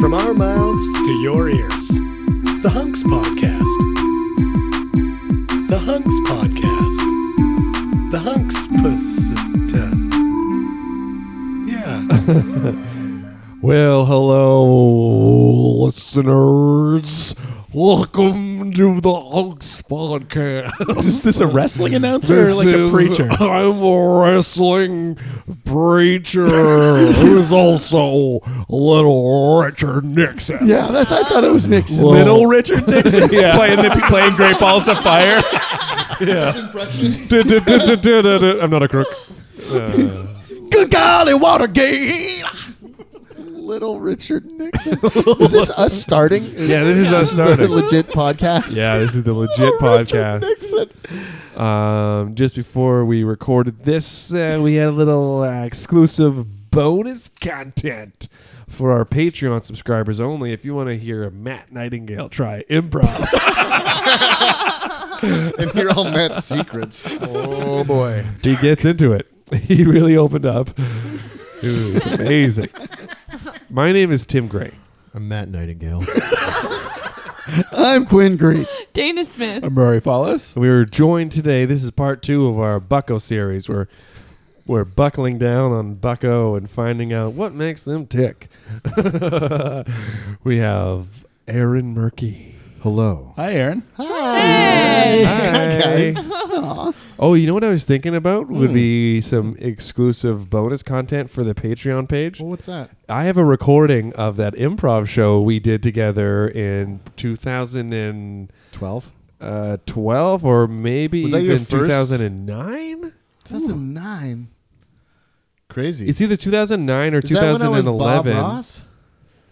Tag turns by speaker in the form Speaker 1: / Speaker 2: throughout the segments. Speaker 1: From our mouths to your ears, the Hunks Podcast. The Hunks Podcast. The Hunks Podcast. Yeah.
Speaker 2: Well, hello, listeners. Welcome to the Hunks Podcast.
Speaker 3: Is this a wrestling announcer or like a
Speaker 2: is-
Speaker 3: preacher?
Speaker 2: I'm a wrestling preacher who's also little Richard Nixon.
Speaker 3: Yeah, that's. I thought it was Nixon.
Speaker 2: Whoa.
Speaker 3: Little Richard Nixon playing the playing Great Balls of Fire.
Speaker 2: Du-du-du-du-du-du-du. I'm not a crook.
Speaker 3: Good golly, Watergate.
Speaker 4: Little Richard Nixon. is this us starting? Is
Speaker 3: Yeah, this is us
Speaker 4: the
Speaker 3: starting.
Speaker 4: legit podcast.
Speaker 3: Yeah, this is the legit podcast. Um, just before we recorded this, uh, we had a little uh, exclusive bonus content for our Patreon subscribers only. If you want to hear Matt Nightingale try improv.
Speaker 4: and here all Matt's secrets. Oh boy,
Speaker 3: He gets into it. He really opened up. It was amazing. My name is Tim Gray.
Speaker 4: I'm Matt Nightingale.
Speaker 3: I'm Quinn Green.
Speaker 5: Dana Smith.
Speaker 3: Murray Follis. We are joined today. This is part two of our Bucko series. We're we're buckling down on Bucko and finding out what makes them tick. we have Aaron Murky.
Speaker 4: Hello.
Speaker 6: Hi, Aaron.
Speaker 3: Hi. Oh, you know what I was thinking about would
Speaker 4: Hmm.
Speaker 3: be some exclusive bonus content for the Patreon page.
Speaker 4: Well, what's that?
Speaker 3: I have a recording of that improv show we did together in 2012
Speaker 4: Twelve.
Speaker 3: uh, or maybe
Speaker 4: Was that your
Speaker 3: even
Speaker 4: first?
Speaker 3: 2009.
Speaker 4: That's a nine. Crazy.
Speaker 3: It's either 2009 or
Speaker 4: Is that when I was
Speaker 3: 2011.
Speaker 4: Bob Ross?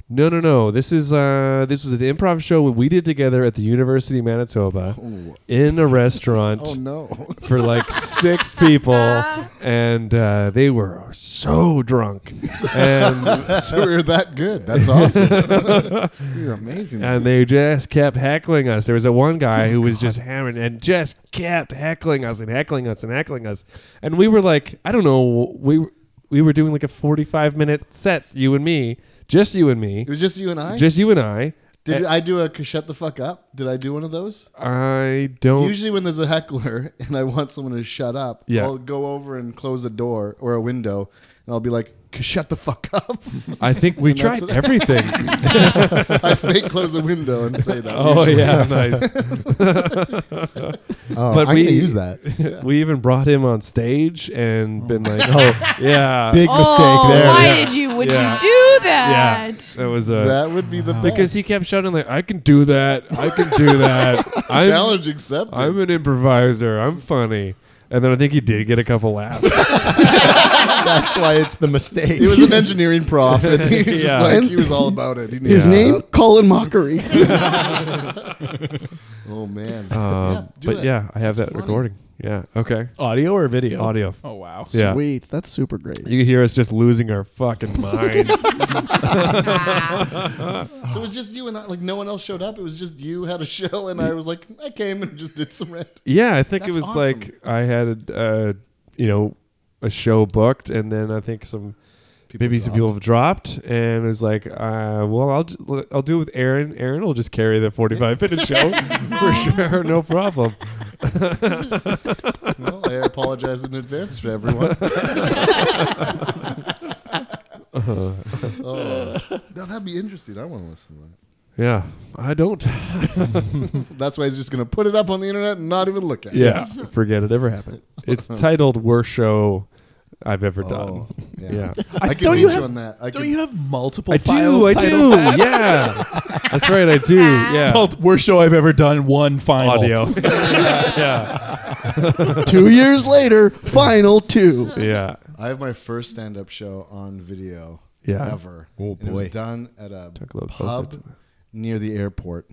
Speaker 3: No, no, no. This is uh, this was an improv show we did together at the University of Manitoba
Speaker 4: Oh,
Speaker 3: in a restaurant
Speaker 4: oh, no.
Speaker 3: for like six people, and uh, they were so drunk, and
Speaker 4: so you're that good. That's awesome. you're amazing.
Speaker 3: and they just kept heckling us. There was a one guy who was just hammering and just kept heckling us and heckling us and heckling us, and we were like, I don't know, we we were doing like a forty-five minute set, you and me, just you and me,
Speaker 4: it was just you and I.
Speaker 3: just you and I.
Speaker 4: Did I do a c- shut the fuck up? Did I do one of those?
Speaker 3: I don't.
Speaker 4: Usually, when there's a heckler and I want someone to shut up,
Speaker 3: Oh. Yeah.
Speaker 4: I'll go over and close a door or a window, and I'll be like, "C- "Shut the fuck up!"
Speaker 3: I think we
Speaker 4: And that's
Speaker 3: tried
Speaker 4: it.
Speaker 3: everything.
Speaker 4: I fake close a window and say that.
Speaker 3: oh yeah, nice.
Speaker 4: oh,
Speaker 3: but
Speaker 4: I'm
Speaker 3: we-
Speaker 4: gonna use that.
Speaker 3: we even brought him on stage and been like, oh yeah,
Speaker 4: Big
Speaker 5: oh,
Speaker 4: mistake there.
Speaker 5: why
Speaker 3: Yeah.
Speaker 5: did you? Would
Speaker 3: Yeah.
Speaker 5: you do
Speaker 3: yeah.
Speaker 5: that?
Speaker 3: That was a.
Speaker 4: That would be the best.
Speaker 3: because he kept shouting like, "I can do that! I can do that! I'm,
Speaker 4: challenge accepted.
Speaker 3: I'm an improviser. I'm funny." And then I think he did get a couple laughs.
Speaker 4: That's why it's the mistake. It was an engineering prof, and he was, just
Speaker 3: Yeah.
Speaker 4: like, he was all about it. He knew
Speaker 3: His
Speaker 4: it.
Speaker 3: name?
Speaker 2: Colin Mockery.
Speaker 4: Oh man.
Speaker 3: Um,
Speaker 4: do
Speaker 3: but
Speaker 4: that.
Speaker 3: yeah, I have
Speaker 4: That's
Speaker 3: that
Speaker 4: funny.
Speaker 3: recording. Yeah. Okay.
Speaker 6: Audio or video?
Speaker 3: Audio.
Speaker 6: Oh wow.
Speaker 3: Yeah.
Speaker 2: Sweet. That's super great.
Speaker 3: You can hear us just losing our fucking minds.
Speaker 4: So it was just you and I, like no one else showed up. It was just you had a show, and I was like, I came and just did some rant.
Speaker 3: Yeah, I think it
Speaker 4: That's
Speaker 3: was
Speaker 4: awesome.
Speaker 3: like I had a uh, you know a show booked, and then I think some maybe some people have dropped, and it was like, uh, well, I'll j- l- I'll do it with Aaron. Aaron will just carry the forty five minute show for sure, no problem.
Speaker 4: Well, I apologize in advance to everyone. oh. Now that'd be interesting. I want to listen to that.
Speaker 3: Yeah, I don't.
Speaker 4: That's why he's just going to put it up on the internet and not even look at it.
Speaker 3: Yeah, forget it ever happened. It's titled worst show I've ever
Speaker 4: Oh,
Speaker 3: done. Yeah,
Speaker 4: I, can
Speaker 6: don't
Speaker 4: reach
Speaker 6: you
Speaker 4: you
Speaker 6: have-
Speaker 4: on that. I
Speaker 6: Don't
Speaker 4: can-
Speaker 6: you have multiple
Speaker 3: I
Speaker 6: files?
Speaker 3: do. I do.
Speaker 6: titled that?
Speaker 3: Yeah, that's right. I do. Yeah,
Speaker 6: Called worst show I've ever done. One final
Speaker 3: audio. yeah,
Speaker 2: two years later, final two.
Speaker 3: yeah,
Speaker 4: I have my first stand up show on video
Speaker 3: Yeah.
Speaker 4: ever.
Speaker 3: Oh,
Speaker 4: And it was
Speaker 3: boy.
Speaker 4: done at a
Speaker 3: Talk a little closer to
Speaker 4: pub
Speaker 3: the-
Speaker 4: near the airport.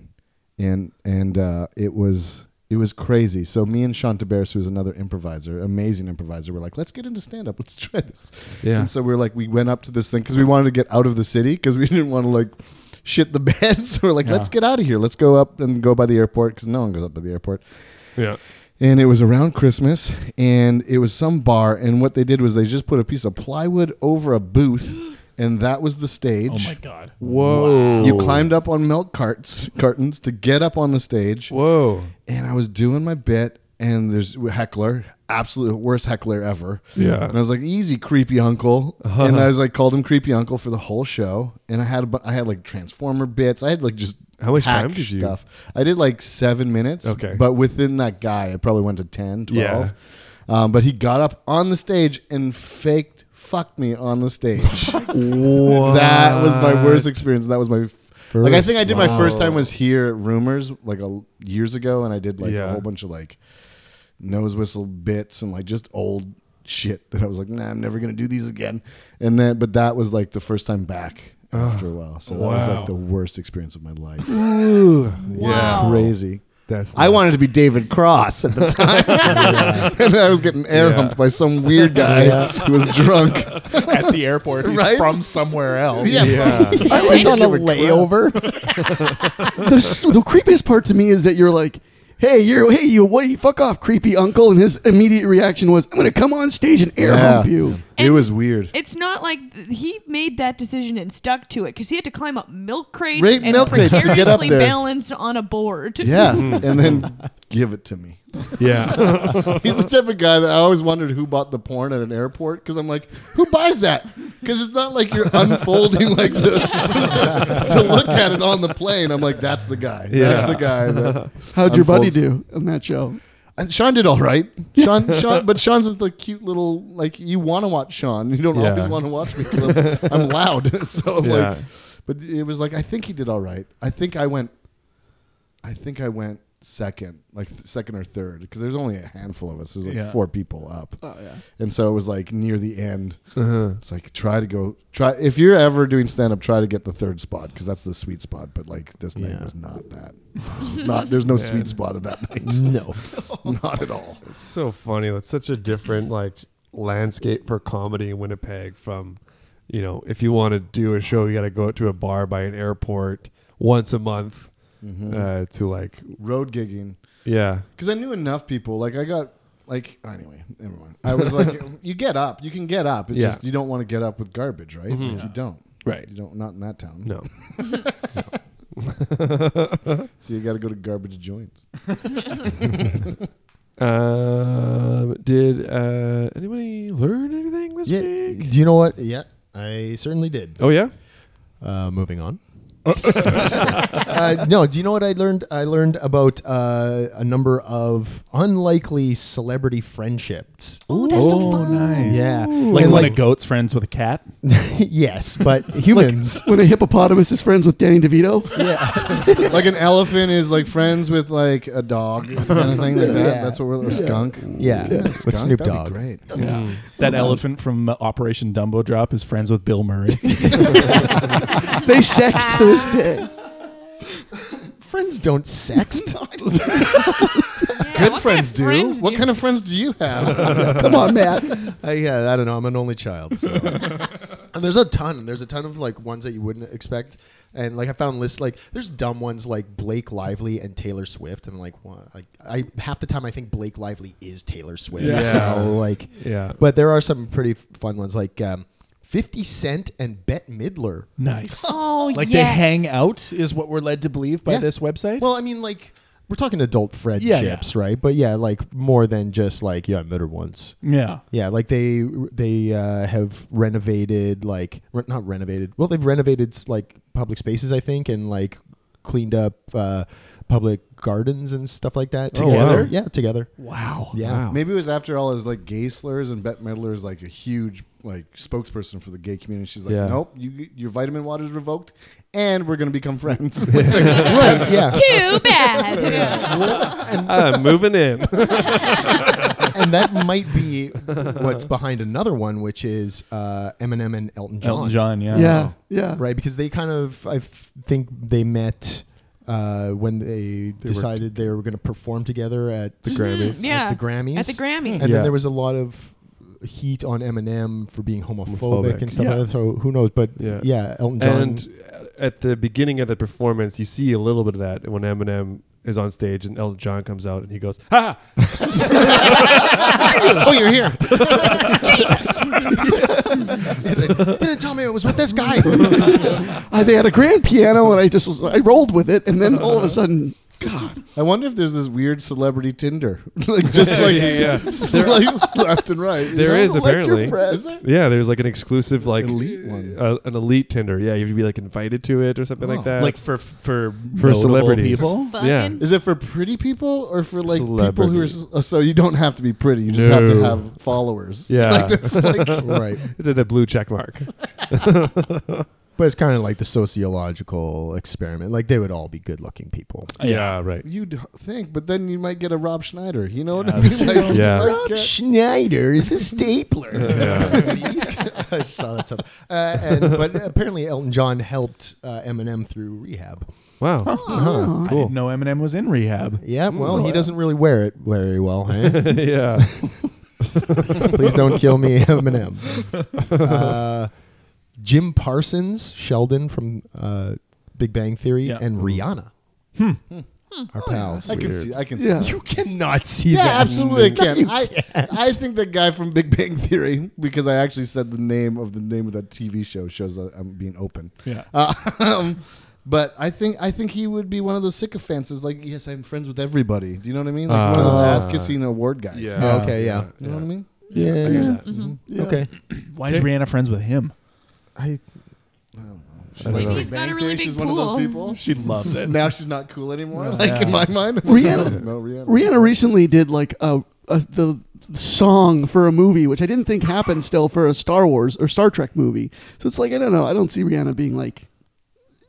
Speaker 4: And and uh, it was it was crazy. So me and Sean Tabaris, who's another improviser, amazing improviser, were like, let's get into stand up. Let's try this.
Speaker 3: Yeah.
Speaker 4: And so we are like, we went up to this thing because we wanted to get out of the city because we didn't want to like shit the bed. So we're like, let's get out of here. Let's go up and go by the airport because no one goes up by the airport
Speaker 3: yeah.
Speaker 4: and it was around Christmas, and it was some bar, and what they did was they just put a piece of plywood over a booth. and that was the stage.
Speaker 6: Oh my god.
Speaker 3: Whoa.
Speaker 4: You climbed up on milk carts, cartons to get up on the stage,
Speaker 3: Whoa.
Speaker 4: and I was doing my bit, and there's a heckler, absolute worst heckler ever.
Speaker 3: Yeah. Uh-huh.
Speaker 4: and I was like, "Easy, creepy uncle," and I was like, called him creepy uncle for the whole show, and I had a bu- I had like transformer bits, I had like just
Speaker 3: How much
Speaker 4: hack
Speaker 3: time did you-
Speaker 4: stuff. I did like seven minutes,
Speaker 3: Okay.
Speaker 4: but within that guy, I probably went to 10, 12.
Speaker 3: Yeah.
Speaker 4: Um, but he got up on the stage and faked fucked me on the stage. That was my worst experience. That was my like. I think I did my first time was here at Rumors like a, years ago, and I did like
Speaker 3: Yeah.
Speaker 4: a whole bunch of like nose whistle bits and like just old shit that I was like, nah, I'm never gonna do these again. And then, but that was like the first time back after a while. So that was
Speaker 6: wow.
Speaker 4: like the worst experience of my life.
Speaker 5: Wow.
Speaker 4: Crazy.
Speaker 3: That's
Speaker 4: I
Speaker 3: nuts.
Speaker 4: wanted to be David Cross at the time, and I was getting air
Speaker 3: Yeah.
Speaker 4: humped by some weird guy who was drunk.
Speaker 6: At the airport. He's
Speaker 4: Right?
Speaker 6: from somewhere else.
Speaker 4: Yeah,
Speaker 3: Yeah.
Speaker 2: I was on a layover. the, s- the creepiest part to me is that you're like, "Hey, you're hey you what? do you- Fuck off, creepy uncle!" And his immediate reaction was, "I'm gonna come on stage and air
Speaker 4: Yeah.
Speaker 2: hump you."
Speaker 4: It was weird.
Speaker 5: It's not like th- he made that decision and stuck to it because he had to climb up milk crates
Speaker 4: Right,
Speaker 5: and
Speaker 4: milk crates to get up
Speaker 5: precariously
Speaker 4: there.
Speaker 5: balanced on a board.
Speaker 4: Yeah,
Speaker 3: Hmm.
Speaker 4: and then give it to me.
Speaker 3: Yeah.
Speaker 4: He's the type of guy that I always wondered who bought the porn at an airport because I'm like, who buys that? Because it's not like you're unfolding like the, to look at it on the plane. I'm like, that's the guy. That's
Speaker 3: Yeah.
Speaker 4: the guy. That,
Speaker 2: How'd your buddy
Speaker 4: Unfolds.
Speaker 2: do on that show?
Speaker 4: and Sean did all right. Sean, Sean, but Sean's is the cute little like you want to watch Sean. You don't
Speaker 3: Yeah.
Speaker 4: always want to watch me because I'm, I'm loud. so I'm
Speaker 3: Yeah.
Speaker 4: like, but it was like I think he did all right. I think I went, I think I went second, like th- second or third, because there's only a handful of us. There's like
Speaker 6: Yeah.
Speaker 4: four people up,
Speaker 2: Oh yeah.
Speaker 4: and so it was like near the end.
Speaker 3: Uh-huh.
Speaker 4: It's like try to go try if you're ever doing stand up, try to get the third spot because that's the sweet spot. But like this night
Speaker 2: Yeah.
Speaker 4: was not that. It was not there's no sweet spot of that night.
Speaker 2: No.
Speaker 4: not at all.
Speaker 3: It's so funny. That's such a different like landscape for comedy in Winnipeg from, you know, if you want to do a show, you got to go out to a bar by an airport once a month uh, to like,
Speaker 4: Road gigging.
Speaker 3: yeah,
Speaker 4: because I knew enough people. Like I got like anyway, never mind. I was like, you get up, you can get up. It's
Speaker 3: Yeah.
Speaker 4: just you don't want to get up with garbage, right?
Speaker 7: Mm-hmm.
Speaker 4: Like, You don't.
Speaker 3: Right.
Speaker 4: You don't. Not in that town.
Speaker 3: no,
Speaker 4: So you got to go to garbage joints.
Speaker 3: Um, did uh, anybody learn anything this
Speaker 7: Yeah, do
Speaker 3: week?
Speaker 7: you know what? Yeah, I certainly did.
Speaker 3: Oh yeah,
Speaker 7: Uh, moving on. uh, no, do you know what I learned? I learned about uh, a number of unlikely celebrity friendships.
Speaker 5: Oh, that's so fun.
Speaker 7: Yeah,
Speaker 6: Like
Speaker 7: And
Speaker 6: when a goat's friends with a cat.
Speaker 7: yes, but humans.
Speaker 2: When a hippopotamus is friends with Danny DeVito,
Speaker 7: yeah,
Speaker 4: like an elephant is like friends with like a dog, kind of thing like that.
Speaker 7: Yeah.
Speaker 4: That's what we're or skunk.
Speaker 7: yeah. With
Speaker 4: skunk,
Speaker 7: Snoop
Speaker 4: that'd be
Speaker 7: Dogg.
Speaker 4: great.
Speaker 6: Yeah. That elephant from uh, Operation Dumbo Drop is friends with Bill Murray.
Speaker 2: they sexed to this day.
Speaker 7: Friends don't sext.
Speaker 5: Yeah,
Speaker 4: Good
Speaker 5: what kind
Speaker 4: friends
Speaker 5: of
Speaker 4: do.
Speaker 5: friends
Speaker 4: what
Speaker 5: do-
Speaker 4: kind of friends do you have?
Speaker 2: Come on, Matt.
Speaker 7: I, yeah, I don't know. I'm an only child. So. and there's a ton. There's a ton of like ones that you wouldn't expect. And like I found lists like there's dumb ones like Blake Lively and Taylor Swift. And like, what? like I half the time I think Blake Lively is Taylor Swift.
Speaker 3: Yeah.
Speaker 7: So like,
Speaker 3: yeah.
Speaker 7: but there are some pretty f- fun ones like um, 50 Cent and Bette Midler.
Speaker 6: nice.
Speaker 5: Oh,
Speaker 6: Like they
Speaker 5: yes.
Speaker 6: hang out is what we're led to believe by
Speaker 7: Yeah.
Speaker 6: this website.
Speaker 7: Well, I mean, like we're talking adult
Speaker 6: Yeah,
Speaker 7: friendships, right? But yeah, like more than just like yeah, I met her once.
Speaker 6: yeah.
Speaker 7: Yeah, like they they uh, have renovated like re- not renovated. Well, they've renovated s- like public spaces, I think, and like cleaned up uh, public gardens and stuff like that
Speaker 3: Oh, wow.
Speaker 7: together. Yeah, together.
Speaker 6: Wow.
Speaker 7: Yeah.
Speaker 3: Oh.
Speaker 4: Maybe it was after all his like gay slurs and Bette Midler is like a huge like spokesperson for the gay community. She's like,
Speaker 3: Yeah.
Speaker 4: nope, you, your vitamin water is revoked, and we're gonna become friends.
Speaker 7: right. Yeah.
Speaker 5: Too bad.
Speaker 3: I'm Uh, moving in.
Speaker 7: and that might be what's behind another one, which is uh, Eminem and Elton John.
Speaker 6: Elton John. Yeah.
Speaker 2: Yeah, yeah.
Speaker 7: Right, because they kind of I f- think they met. Uh, when they, decided they were going to perform together at the
Speaker 5: Grammys. Mm, yeah.
Speaker 7: at the Grammys,
Speaker 5: At the Grammys.
Speaker 7: And
Speaker 3: Yeah.
Speaker 7: then there was a lot of heat on Eminem for being homophobic,
Speaker 3: Homophobic.
Speaker 7: and stuff
Speaker 6: Yeah.
Speaker 7: like that. So who knows? But
Speaker 3: Yeah.
Speaker 7: yeah, Elton John.
Speaker 3: and at the beginning of the performance, you see a little bit of that when Eminem is on stage and Elton John comes out and he goes, "Ha!"
Speaker 4: oh, you're here.
Speaker 7: you didn't tell me it was with this guy.
Speaker 2: I, Uh, they had a grand piano, and I just was, I rolled with it, and then all of a sudden, God,
Speaker 4: I wonder if there's this weird celebrity Tinder, like just like,
Speaker 3: yeah, yeah.
Speaker 4: like left and right.
Speaker 3: There is
Speaker 2: don't let your
Speaker 3: apparently.
Speaker 2: friends-
Speaker 4: Is
Speaker 3: Yeah, there's like an exclusive like
Speaker 4: Elite one. Oh,
Speaker 3: uh, an elite Tinder. Yeah, you have to be like invited to it or something like that.
Speaker 6: like for for
Speaker 3: for celebrities.
Speaker 6: people.
Speaker 3: Yeah.
Speaker 5: Fucking-
Speaker 4: Is it for pretty people or for like people who are
Speaker 3: Celebrities.
Speaker 4: s- oh, so you don't have to be pretty, you just have to
Speaker 3: No.
Speaker 4: have followers.
Speaker 3: Yeah.
Speaker 4: like, it's like right.
Speaker 3: Is it the blue check mark?
Speaker 7: but it's kind of like the sociological experiment. Like they would all be good-looking people.
Speaker 3: yeah, right.
Speaker 4: You'd think, but then you might get a Rob Schneider. You know what I
Speaker 6: Yeah,
Speaker 4: mean?
Speaker 6: that's
Speaker 4: Like, you
Speaker 3: Yeah.
Speaker 4: might get-
Speaker 7: Schneider is a stapler.
Speaker 3: Yeah.
Speaker 7: I saw that stuff. Uh, and, but apparently, Elton John helped uh, Eminem through rehab.
Speaker 3: Wow.
Speaker 4: Uh-huh.
Speaker 6: I
Speaker 3: Cool.
Speaker 6: didn't know Eminem was in rehab.
Speaker 7: Yeah,
Speaker 3: Oh,
Speaker 7: well, he doesn't really wear it very well. eh? Hey?
Speaker 3: yeah.
Speaker 7: Please don't kill me, Eminem. Uh, Jim Parsons, Sheldon from uh, Big Bang Theory,
Speaker 6: Yeah.
Speaker 7: and Rihanna. Hmm. Our pals.
Speaker 4: I can
Speaker 3: Weird.
Speaker 4: see. I can
Speaker 2: Yeah.
Speaker 4: see.
Speaker 7: You cannot see
Speaker 4: Yeah,
Speaker 7: that.
Speaker 4: absolutely. I can. I, I think the guy from Big Bang Theory, because I actually said the name of the name of that TV show, shows that I'm being open.
Speaker 6: Yeah.
Speaker 4: Uh, um, but I think I think he would be one of those sycophants. Is like, yes, I'm friends with everybody. Do you know what I mean? Like one of
Speaker 3: Ah.
Speaker 4: those ass kissing award guys.
Speaker 3: Yeah.
Speaker 7: okay, yeah.
Speaker 4: You know what I mean?
Speaker 7: Yeah.
Speaker 3: I hear that.
Speaker 6: Mm-hmm.
Speaker 2: yeah.
Speaker 7: Okay.
Speaker 6: Why is Rihanna friends with him?
Speaker 7: I,
Speaker 3: I don't
Speaker 5: Maybe
Speaker 3: know.
Speaker 5: he's got a
Speaker 4: Bang
Speaker 5: really
Speaker 4: Theory,
Speaker 5: big
Speaker 4: she's
Speaker 5: pool.
Speaker 4: one of those people.
Speaker 6: She loves it.
Speaker 4: Now she's not cool anymore.
Speaker 6: No.
Speaker 4: like in my
Speaker 6: Yeah.
Speaker 4: mind,
Speaker 2: Rihanna-
Speaker 4: No, Rihanna.
Speaker 2: Rihanna recently did like a, a the song for a movie, which I didn't think happened still for a Star Wars or Star Trek movie. So it's like I don't know. I don't see Rihanna being like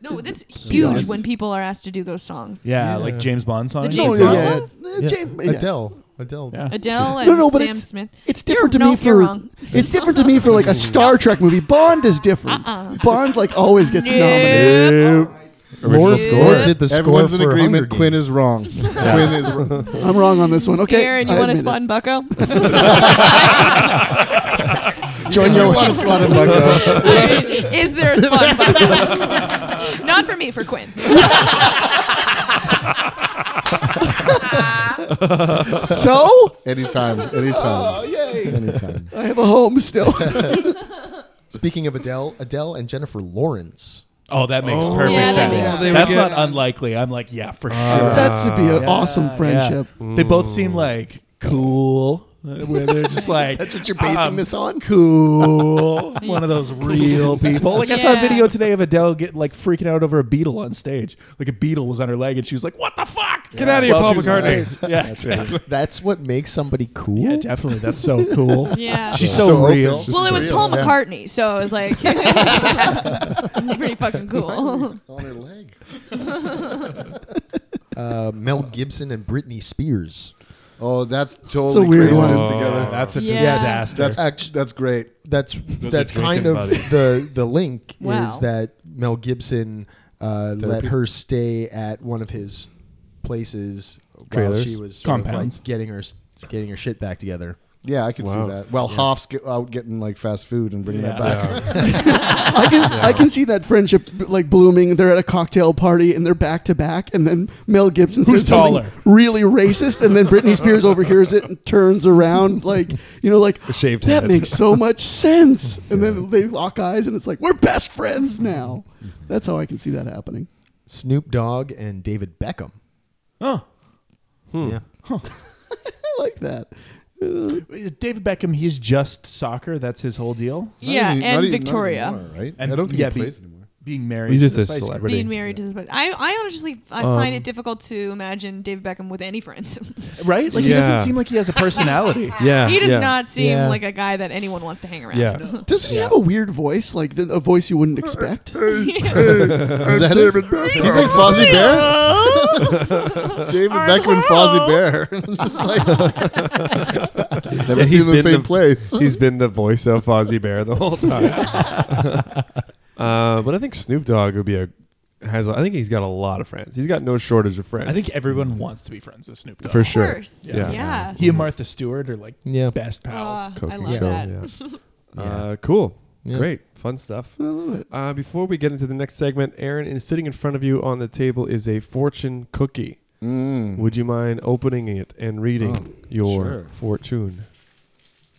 Speaker 5: No, that's
Speaker 2: honest.
Speaker 5: huge when people are asked to do those songs.
Speaker 6: Yeah, like James Bond song.
Speaker 5: The James
Speaker 3: Oh,
Speaker 2: No,
Speaker 5: Bond
Speaker 2: yeah,
Speaker 5: song?
Speaker 2: it's, uh, James- yeah.
Speaker 7: Adele. Adele.
Speaker 6: Yeah.
Speaker 5: Adele and
Speaker 2: No, no, but
Speaker 5: Sam
Speaker 2: it's-
Speaker 5: Smith.
Speaker 2: It's different
Speaker 5: You're-
Speaker 2: to
Speaker 5: no,
Speaker 2: me for
Speaker 5: you're wrong.
Speaker 2: it's different to me for like a Star Trek movie. Bond is different.
Speaker 5: Uh-uh.
Speaker 2: Bond like always gets
Speaker 5: Nope.
Speaker 2: nominated.
Speaker 3: Original
Speaker 5: Yeah.
Speaker 3: score.
Speaker 7: did the score
Speaker 4: Everyone's
Speaker 7: for
Speaker 4: in
Speaker 7: Hunger
Speaker 4: agreement.
Speaker 7: Games.
Speaker 4: Quinn is wrong. Quinn is wrong.
Speaker 2: I'm wrong on this one. Okay,
Speaker 5: Aaron, you
Speaker 2: I
Speaker 5: want to
Speaker 2: admit
Speaker 5: spot
Speaker 2: it.
Speaker 5: in Bucko?
Speaker 4: Join your one spot in Bucko.
Speaker 5: Is there a spot in Bucko? Not for me, for Quinn.
Speaker 2: So
Speaker 4: Anytime, anytime,
Speaker 2: yay!
Speaker 4: anytime.
Speaker 2: I have a home still.
Speaker 7: Speaking of Adele, Adele and Jennifer Lawrence.
Speaker 6: Oh, that makes perfect
Speaker 5: Yeah, that
Speaker 6: sense.
Speaker 5: makes
Speaker 3: sense.
Speaker 6: That's
Speaker 3: They would
Speaker 6: not
Speaker 3: get-
Speaker 6: unlikely. I'm like, yeah, for sure.
Speaker 2: that should be an
Speaker 6: Yeah,
Speaker 2: awesome
Speaker 6: yeah.
Speaker 2: friendship.
Speaker 6: They both seem like cool. uh, Where they're just like
Speaker 7: That's what you're basing
Speaker 6: um,
Speaker 7: this on?
Speaker 6: Cool, one of those real people. Like I saw a
Speaker 5: Yeah.
Speaker 6: video today of Adele get like freaking out over a beetle on stage. Like a beetle was on her leg, and she was like, "What the fuck? Get
Speaker 3: outta here, Paul
Speaker 6: McCartney!" Yeah, exactly.
Speaker 7: That's what makes somebody cool.
Speaker 6: yeah, definitely. That's so cool.
Speaker 5: Yeah.
Speaker 6: She's
Speaker 4: So
Speaker 6: so,
Speaker 4: open,
Speaker 6: real.
Speaker 4: just-
Speaker 5: well, it was
Speaker 4: surreal,
Speaker 5: Paul
Speaker 4: yeah.
Speaker 5: McCartney, so it was like, it's pretty fucking cool.
Speaker 4: On her leg.
Speaker 7: uh, Mel Gibson and Britney Spears.
Speaker 4: Oh, that's totally
Speaker 2: weird
Speaker 4: crazy.
Speaker 2: one.
Speaker 4: It is together.
Speaker 6: That's a
Speaker 5: Yeah.
Speaker 6: disaster.
Speaker 4: That's actually that's great.
Speaker 7: That's that's
Speaker 3: drinking
Speaker 7: kind of
Speaker 3: buddies.
Speaker 7: the the link
Speaker 5: Wow.
Speaker 7: is that Mel Gibson uh, let her stay at one of his places
Speaker 3: Trailers.
Speaker 7: while she was sort of,
Speaker 6: Compounds.
Speaker 7: like getting her s- getting her shit back together.
Speaker 4: Yeah, I could
Speaker 3: Wow.
Speaker 4: see that. Well, Hoff's get out getting like fast food and bringing that
Speaker 6: Yeah.
Speaker 4: back.
Speaker 3: Yeah.
Speaker 2: I can I can see that friendship like blooming. They're at a cocktail party and they're back to back, and then Mel Gibson
Speaker 6: Who's
Speaker 2: says something
Speaker 6: taller?
Speaker 2: really racist, and then Britney Spears overhears it and turns around like you know like
Speaker 3: A shaved
Speaker 2: that
Speaker 3: head.
Speaker 2: makes so much sense. And then they lock eyes, and it's like we're best friends now. That's how I can see that happening.
Speaker 7: Snoop Dogg and David Beckham.
Speaker 6: oh,
Speaker 3: Hmm.
Speaker 7: Yeah.
Speaker 2: I like that. Uh,
Speaker 6: David Beckham. He's just soccer. That's his whole deal.
Speaker 4: Not
Speaker 5: yeah,
Speaker 4: even- not
Speaker 5: and
Speaker 4: even- not
Speaker 5: Victoria.
Speaker 4: anymore, right?
Speaker 6: And-
Speaker 4: I don't think
Speaker 6: yeah,
Speaker 4: he
Speaker 6: be-
Speaker 4: plays anymore.
Speaker 6: Being married.
Speaker 3: He's
Speaker 6: to
Speaker 3: just
Speaker 6: the
Speaker 3: a
Speaker 6: Spice Girls.
Speaker 3: celebrity.
Speaker 5: Being married to this, but I, I honestly, I find it difficult to imagine David Beckham with any friends.
Speaker 6: right? Like he
Speaker 3: Yeah.
Speaker 6: doesn't seem like he has a personality.
Speaker 3: Yeah.
Speaker 5: he does
Speaker 3: yeah.
Speaker 5: not seem
Speaker 7: Yeah.
Speaker 5: like a guy that anyone wants to hang around.
Speaker 3: Yeah.
Speaker 2: Does he have a weird voice, like the, a voice you wouldn't expect?
Speaker 4: Is that David Beckham. He's like Fozzie Bear. David Beckham and Fozzie Bear. Just like never
Speaker 3: Yeah, he's
Speaker 4: seen them in the
Speaker 3: been
Speaker 4: same
Speaker 3: the-
Speaker 4: place.
Speaker 3: He's been the voice of Fozzie Bear the whole time. uh, but I think Snoop Dogg would be a has. A, I think he's got a lot of friends. He's got no shortage of friends.
Speaker 6: I think everyone wants to be friends with Snoop Dogg.
Speaker 3: for
Speaker 5: Of
Speaker 3: sure.
Speaker 5: course.
Speaker 3: Yeah.
Speaker 5: Yeah.
Speaker 6: He and Martha Stewart are like
Speaker 7: Yeah.
Speaker 6: best pals.
Speaker 5: Uh, I
Speaker 3: Cooking
Speaker 5: love
Speaker 3: show,
Speaker 5: that.
Speaker 3: yeah. Uh, cool. Great, fun stuff. Uh, before we get into the next segment, Aaron is sitting in front of you on the table is a fortune cookie.
Speaker 4: Mm.
Speaker 3: Would you mind opening it and reading
Speaker 4: Mm-hmm. Oh,
Speaker 3: your
Speaker 4: sure.
Speaker 3: fortune?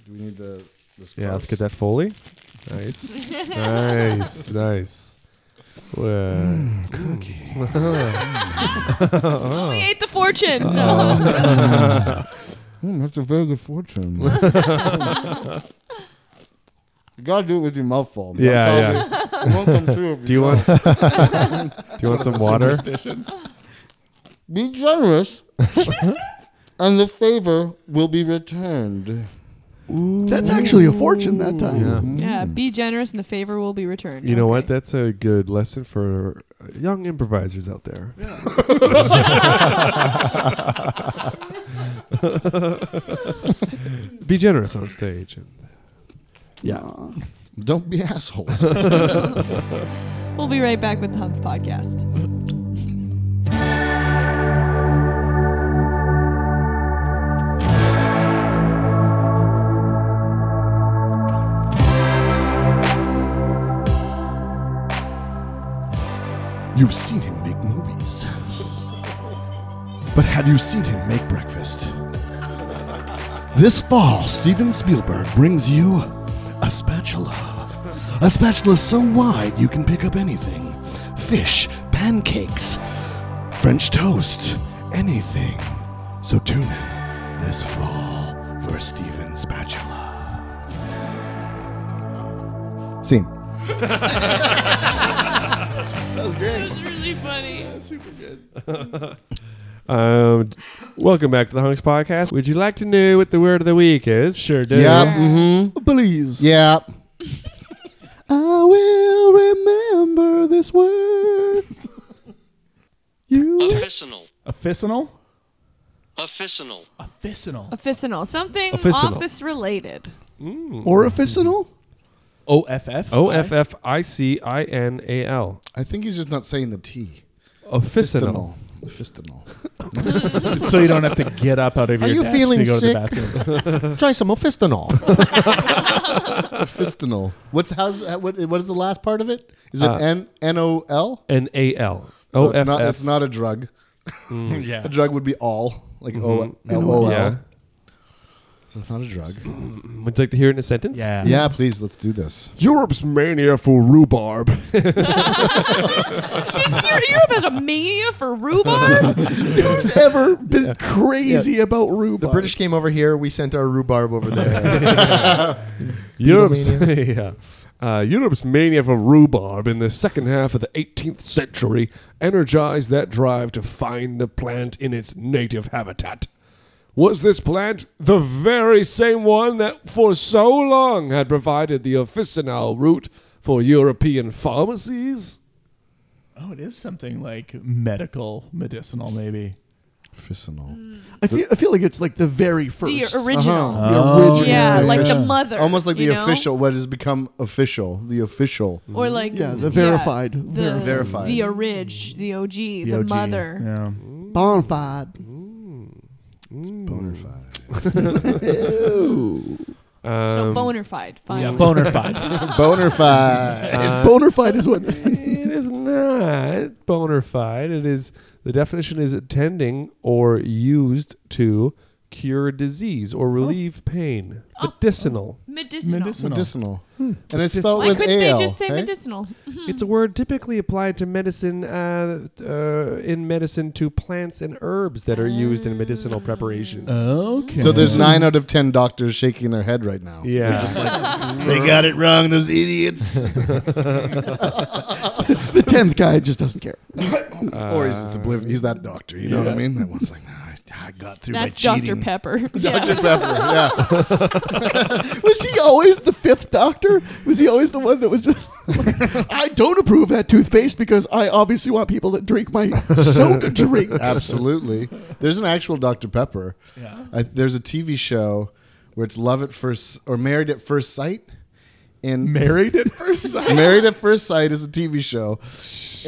Speaker 4: Do we need the, the
Speaker 3: Yeah, let's get that Foley. Nice, nice, nice. Well, Mm,
Speaker 5: Oh, we ate the fortune.
Speaker 4: Mm, that's a very good fortune. you gotta do it with your mouth full.
Speaker 3: Yeah,
Speaker 4: yeah. It won't come through if
Speaker 3: do you
Speaker 4: try.
Speaker 3: want? do you want some water?
Speaker 4: Be generous, and the favor will be returned. Mm.
Speaker 2: That's actually a fortune that time.
Speaker 3: Yeah.
Speaker 5: yeah, be generous and the favor will be returned.
Speaker 3: You know what?
Speaker 5: Okay.
Speaker 3: That's a good lesson for uh, young improvisers out there. Be generous on stage.
Speaker 2: Yeah.
Speaker 4: Don't be assholes.
Speaker 5: We'll be right back with the Hunks podcast.
Speaker 4: You've seen him make movies. But have you seen him make breakfast? This fall, Steven Spielberg brings you a spatula. A spatula so wide you can pick up anything fish, pancakes, French toast, anything. So tune in this fall for Steven Spatula. Scene.
Speaker 5: That's really funny.
Speaker 3: Um, d- welcome back to the Hunks Podcast. Would you like to know what the word of the week is? Sure do.
Speaker 4: Mm-hmm.
Speaker 2: Please.
Speaker 4: Yeah.
Speaker 2: I will remember this word. You.
Speaker 8: Officinal.
Speaker 6: Officinal?
Speaker 8: Officinal.
Speaker 6: Officinal.
Speaker 5: Officinal. Something
Speaker 3: Officinal.
Speaker 5: office related.
Speaker 2: Orificinal?
Speaker 6: O-F-F?
Speaker 3: O F F I C I N A L.
Speaker 4: I think he's just not saying the T.
Speaker 3: Officinal.
Speaker 4: Fistinal.
Speaker 6: so you don't have to get up out of
Speaker 4: Are
Speaker 6: your
Speaker 4: you
Speaker 6: desk
Speaker 4: feeling
Speaker 6: to go
Speaker 4: sick?
Speaker 6: to the bathroom.
Speaker 4: Try some officinal. officinal. What's how's how- what, what is the last part of it? Is it
Speaker 3: Uh,
Speaker 4: N N O L?
Speaker 3: N A L.
Speaker 4: So
Speaker 3: O
Speaker 4: it's
Speaker 3: F
Speaker 4: not it's
Speaker 3: F.
Speaker 4: not a drug.
Speaker 6: yeah.
Speaker 4: A drug would be all like O L Mm-hmm. O
Speaker 3: Yeah.
Speaker 4: L. So it's not a drug.
Speaker 3: Would you like to hear it in a sentence?
Speaker 6: Yeah.
Speaker 4: Yeah, please let's do this.
Speaker 3: Europe's mania for rhubarb.
Speaker 5: Does your Europe has a mania for rhubarb?
Speaker 2: Who's ever been crazy about rhubarb?
Speaker 7: The British came over here. We sent our rhubarb over there.
Speaker 3: Europe's yeah. Uh, Europe's mania for rhubarb in the second half of the 18th century energized that drive to find the plant in its native habitat. Was this plant the very same one that for so long had provided the officinal route for European pharmacies?
Speaker 6: Oh, it is something like medical, medicinal, maybe.
Speaker 4: Officinal.
Speaker 2: I feel, I feel like it's like the very
Speaker 5: the
Speaker 2: first.
Speaker 5: original.
Speaker 2: The original.
Speaker 5: Oh, yeah,
Speaker 4: yeah,
Speaker 5: like
Speaker 4: yeah.
Speaker 5: the mother.
Speaker 4: Almost like the
Speaker 5: you know?
Speaker 4: official what has become official. The official.
Speaker 5: Or like
Speaker 2: Yeah, the verified.
Speaker 5: the
Speaker 4: Verified.
Speaker 5: the orig, the OG, the,
Speaker 6: OG.
Speaker 5: mother.
Speaker 6: E Yeah.
Speaker 2: Bonfied.
Speaker 3: Mm.
Speaker 4: Bonafide.
Speaker 3: Um,
Speaker 5: So bonerfied. Fine.
Speaker 6: Yeah, bonerfied.
Speaker 3: uh,
Speaker 4: Bonafide.
Speaker 2: Bonerfied is what.
Speaker 3: It is not bona fide. It is the definition is attending or used to cure disease or relieve pain. Medicinal.
Speaker 5: medicinal.
Speaker 6: Medicinal.
Speaker 4: Medicinal. And it's
Speaker 3: Medicinal.
Speaker 4: spelled
Speaker 5: Why
Speaker 4: with
Speaker 5: couldn't
Speaker 4: AL.
Speaker 5: they just say
Speaker 4: right?
Speaker 5: medicinal?
Speaker 3: It's a word typically applied to medicine uh, uh, in medicine to plants and herbs that are used in medicinal preparations.
Speaker 4: Uh-huh.
Speaker 6: Okay.
Speaker 4: So there's nine out of ten doctors shaking their head right now.
Speaker 3: yeah.
Speaker 4: They got it wrong, those idiots.
Speaker 2: The 10th guy just doesn't care.
Speaker 4: or he's just oblivious. He's that doctor. You know what I mean? That one's like, nah, I, I got through
Speaker 5: That's
Speaker 4: by
Speaker 5: Dr.
Speaker 4: cheating.
Speaker 5: Pepper.
Speaker 4: Dr.
Speaker 5: yeah.
Speaker 4: Pepper. Yeah.
Speaker 2: Was he always the fifth doctor? Was he always the one that was just like, I don't approve that toothpaste because I obviously want people that drink my soda drinks.
Speaker 4: Absolutely. There's an actual Dr. Pepper.
Speaker 6: Yeah.
Speaker 4: I, there's a TV show where it's Love at First or Married at First Sight. And
Speaker 6: Married at first sight.
Speaker 4: Married at First Sight is a TV show,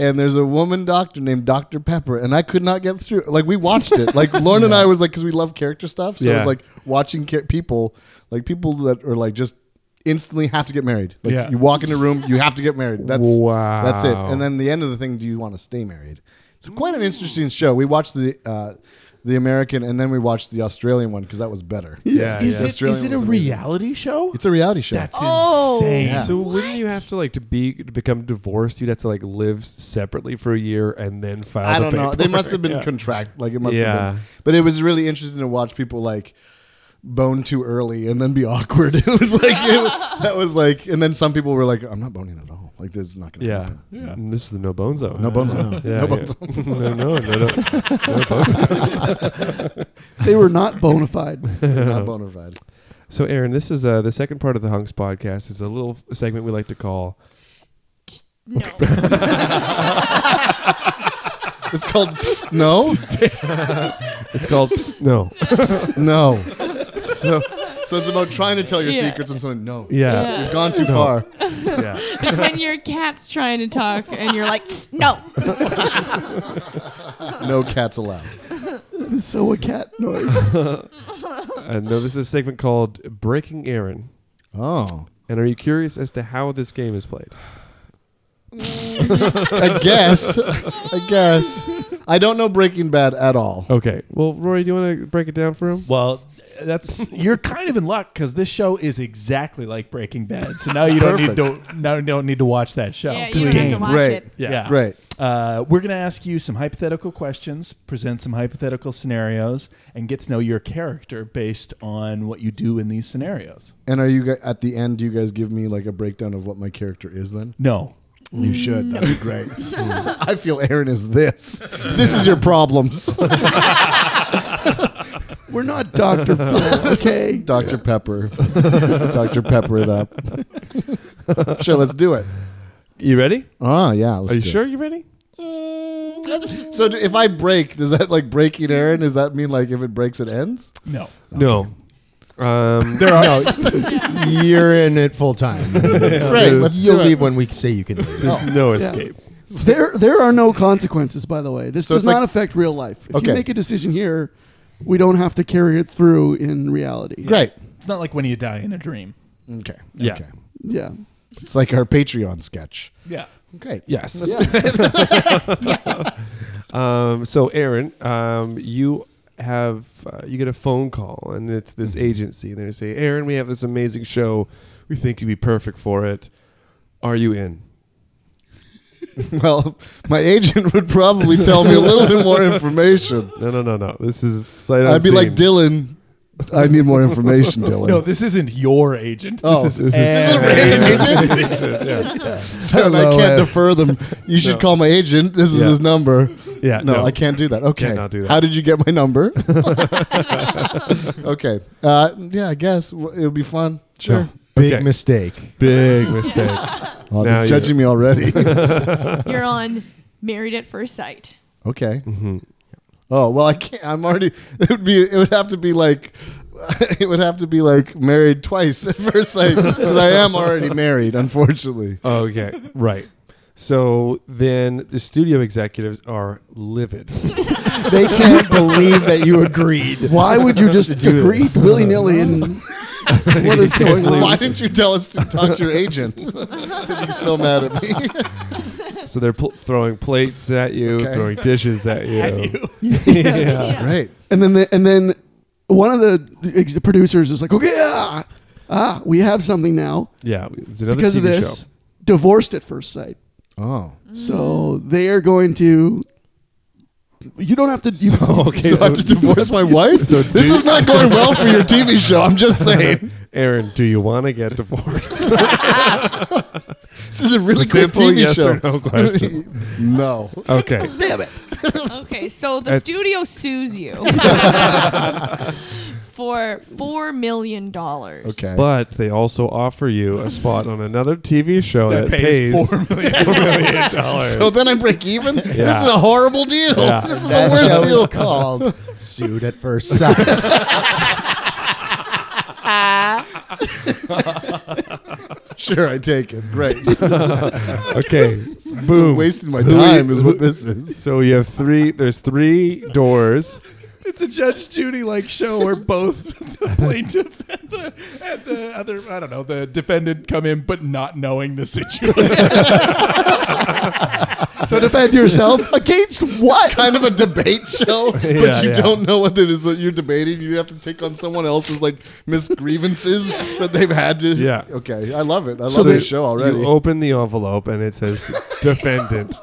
Speaker 4: and there's a woman doctor named Dr. Pepper, and I could not get through. Like we watched it. Like Lauren and I was like, because we love character stuff, so it
Speaker 3: Yeah.
Speaker 4: was like watching cha- people, like people that are like just instantly have to get married. Like
Speaker 6: Yeah.
Speaker 4: you walk in a room, you have to get married. That's
Speaker 3: Wow.
Speaker 4: That's it. And then the end of the thing, do you want to stay married? It's quite an interesting show. We watched the uh, the American and then we watched the Australian one because that was better.
Speaker 3: Yeah,
Speaker 6: is
Speaker 3: yeah.
Speaker 6: it is it a reality show?
Speaker 4: It's a reality show.
Speaker 6: That's
Speaker 5: Oh.
Speaker 6: insane.
Speaker 4: Yeah.
Speaker 3: So wouldn't you have to like to be to become divorced? You'd have to like live s- separately for a year and then file.
Speaker 4: I
Speaker 3: the
Speaker 4: don't know. They
Speaker 3: paperwork.
Speaker 4: must have been
Speaker 3: Yeah.
Speaker 4: contract. Like it must
Speaker 3: Yeah.
Speaker 4: have been. But it was really interesting to watch people like bone too early and then be awkward. It was like it- that was like, and then some people were like, "I'm not boning at all. Like this is not gonna
Speaker 3: Yeah.
Speaker 4: happen."
Speaker 3: And this is the no bone zone.
Speaker 4: No bone. No,
Speaker 3: Yeah,
Speaker 4: no
Speaker 3: yeah.
Speaker 4: bone.
Speaker 3: no, no, no, no.
Speaker 2: They were not bona fide.
Speaker 4: Not bona fide.
Speaker 3: So, Aaron, this is uh, the second part of the Hunks podcast. It's a little f- segment we like to call.
Speaker 5: No.
Speaker 4: It's called Psst, no,
Speaker 3: It's called Psst, No.
Speaker 4: no. So, so it's about trying to tell your
Speaker 5: Yeah.
Speaker 4: secrets and something. No,
Speaker 3: Yeah.
Speaker 4: you've gone too far.
Speaker 3: Yeah.
Speaker 5: It's when your cat's trying to talk and you're like, "Tss, no.
Speaker 4: No cats allowed.
Speaker 2: It's so a cat noise.
Speaker 3: Uh, no, this is a segment called Breaking Aaron.
Speaker 4: Oh,
Speaker 3: And are you curious as to how this game is played?
Speaker 4: I guess. I guess. I don't know Breaking Bad at all.
Speaker 3: Okay. Well, Rory, do you want to break it down for him?
Speaker 6: Well, that's you're kind of in luck because this show is exactly like Breaking Bad. So now you don't need to now you don't need to watch that show.
Speaker 5: Yeah, you
Speaker 6: 'Cause
Speaker 5: don't have
Speaker 6: game.
Speaker 5: to watch
Speaker 4: Great.
Speaker 5: it.
Speaker 6: Yeah.
Speaker 4: Great.
Speaker 6: Uh, we're going to ask you some hypothetical questions, present some hypothetical scenarios, and get to know your character based on what you do in these scenarios.
Speaker 4: And are you guys, at the end? Do you guys give me like a breakdown of what my character is? Then
Speaker 6: No.
Speaker 4: you should. That'd be great. I feel Aaron is this. This is your problems,
Speaker 2: We're not Dr. Phil, okay?
Speaker 4: Dr. Pepper. Dr. Pepper it up. sure, let's do it.
Speaker 3: You ready?
Speaker 4: Oh yeah. Let's
Speaker 3: Are you
Speaker 4: do it.
Speaker 3: sure you're ready?
Speaker 4: So do- if I break, does that like breaking Aaron? Does that mean like if it breaks, it ends?
Speaker 6: No.
Speaker 3: No. Um,
Speaker 7: There are you're in it full time.
Speaker 4: Great, let's
Speaker 7: You'll
Speaker 4: do it.
Speaker 7: leave when we say you can leave.
Speaker 3: there's no escape.
Speaker 2: There, there are no consequences, by the way. This
Speaker 4: So
Speaker 2: does
Speaker 4: it's like-
Speaker 2: not affect real life. If
Speaker 4: Okay.
Speaker 2: you make a decision here, we don't have to carry it through in reality.
Speaker 4: Great.
Speaker 6: It's not like when you die in a dream.
Speaker 4: Okay.
Speaker 3: Yeah.
Speaker 4: Okay.
Speaker 2: Yeah.
Speaker 4: It's like our Patreon sketch.
Speaker 6: Yeah.
Speaker 4: Great.
Speaker 3: Yes. um, so, Aaron, um, you have uh, you get a phone call, and it's this agency, and they say, "Aaron, we have this amazing show. We think you'd be perfect for it. Are you in?"
Speaker 4: Well, my agent would probably tell me a little bit more information.
Speaker 3: No, no, no, no. This is sight
Speaker 4: I'd be
Speaker 3: unseen.
Speaker 4: like Dylan. I need more information, Dylan.
Speaker 6: No, this isn't your agent.
Speaker 3: Uh,
Speaker 4: Oh.
Speaker 6: this is,
Speaker 3: Eh.
Speaker 4: This is
Speaker 6: Aaron.
Speaker 4: a random agent.
Speaker 3: yeah,
Speaker 4: Sorry, I
Speaker 7: Hello,
Speaker 4: can't
Speaker 7: Ed.
Speaker 4: defer them. You should
Speaker 3: No.
Speaker 4: call my agent. This is
Speaker 3: Yeah.
Speaker 4: his number.
Speaker 3: yeah.
Speaker 4: No, I can't do that. Okay.
Speaker 3: Cannot do that.
Speaker 4: How did you get my number? okay. Uh, yeah, I guess w- it would be fun. Sure.
Speaker 7: Big
Speaker 3: Okay.
Speaker 7: mistake.
Speaker 3: Big mistake.
Speaker 4: Oh,
Speaker 3: Now
Speaker 4: they're
Speaker 3: you-
Speaker 4: judging me already.
Speaker 5: You're on Married at First Sight.
Speaker 4: okay.
Speaker 3: Mm-hmm.
Speaker 4: Oh well, I can't. I'm already. It would be. It would have to be like. It would have to be like married twice at first sight because I am already married, unfortunately.
Speaker 3: okay, right. So then the studio executives are livid.
Speaker 7: They can't believe that you agreed.
Speaker 2: Why would you just
Speaker 3: do
Speaker 2: agree willy nilly and what is going on?
Speaker 4: Why didn't you tell us to talk to your agent? You're so mad at me.
Speaker 3: So they're pl- throwing plates at you,
Speaker 4: Okay.
Speaker 3: throwing dishes at you. yeah.
Speaker 4: Great.
Speaker 2: And then the, and then one of the ex- producers is like, okay, ah, ah, we have something now
Speaker 3: Yeah, it's another
Speaker 2: because
Speaker 3: TV
Speaker 2: of this.
Speaker 3: show.
Speaker 2: Divorced at first sight,
Speaker 4: Oh.
Speaker 2: so they are going to. You don't have to. You,
Speaker 3: Okay,
Speaker 4: so,
Speaker 3: so,
Speaker 4: I have to divorce my wife? this is not going well for your TV show. I'm just saying.
Speaker 3: Aaron, do you want to get divorced?
Speaker 4: This is a really
Speaker 3: Simple
Speaker 4: good TV
Speaker 3: yes
Speaker 4: show.
Speaker 3: or no question.
Speaker 4: no.
Speaker 3: okay,
Speaker 5: Okay, so the
Speaker 3: That's-
Speaker 5: studio sues you for $4 million.
Speaker 4: Okay.
Speaker 3: but they also offer you a spot on another TV show that,
Speaker 6: pays
Speaker 3: pays four million dollars.
Speaker 4: so then I break even?
Speaker 3: Yeah.
Speaker 4: This is a horrible deal.
Speaker 3: Yeah.
Speaker 4: This is the
Speaker 7: That
Speaker 4: worst
Speaker 7: show
Speaker 4: deal.
Speaker 7: is called Sued at First Sight.
Speaker 4: Sure, I take it. Great.
Speaker 3: okay, boom.
Speaker 4: Wasting my
Speaker 3: Who are you-
Speaker 4: time is what
Speaker 3: who-
Speaker 4: this is.
Speaker 3: So you have three. There's three doors.
Speaker 6: It's a Judge Judy like show where both the plaintiff and the, and the other, I don't know, the defendant come in, but not knowing the situation.
Speaker 2: So defend yourself against what?
Speaker 4: kind of a debate show, but
Speaker 3: Yeah,
Speaker 4: you
Speaker 3: yeah.
Speaker 4: don't know what it is that you're debating. You have to take on someone else's like misgrievances that they've had to.
Speaker 3: Yeah.
Speaker 4: Okay, I love it. I love
Speaker 3: So
Speaker 4: this
Speaker 3: you-
Speaker 4: show already.
Speaker 3: You open the envelope and it says defendant.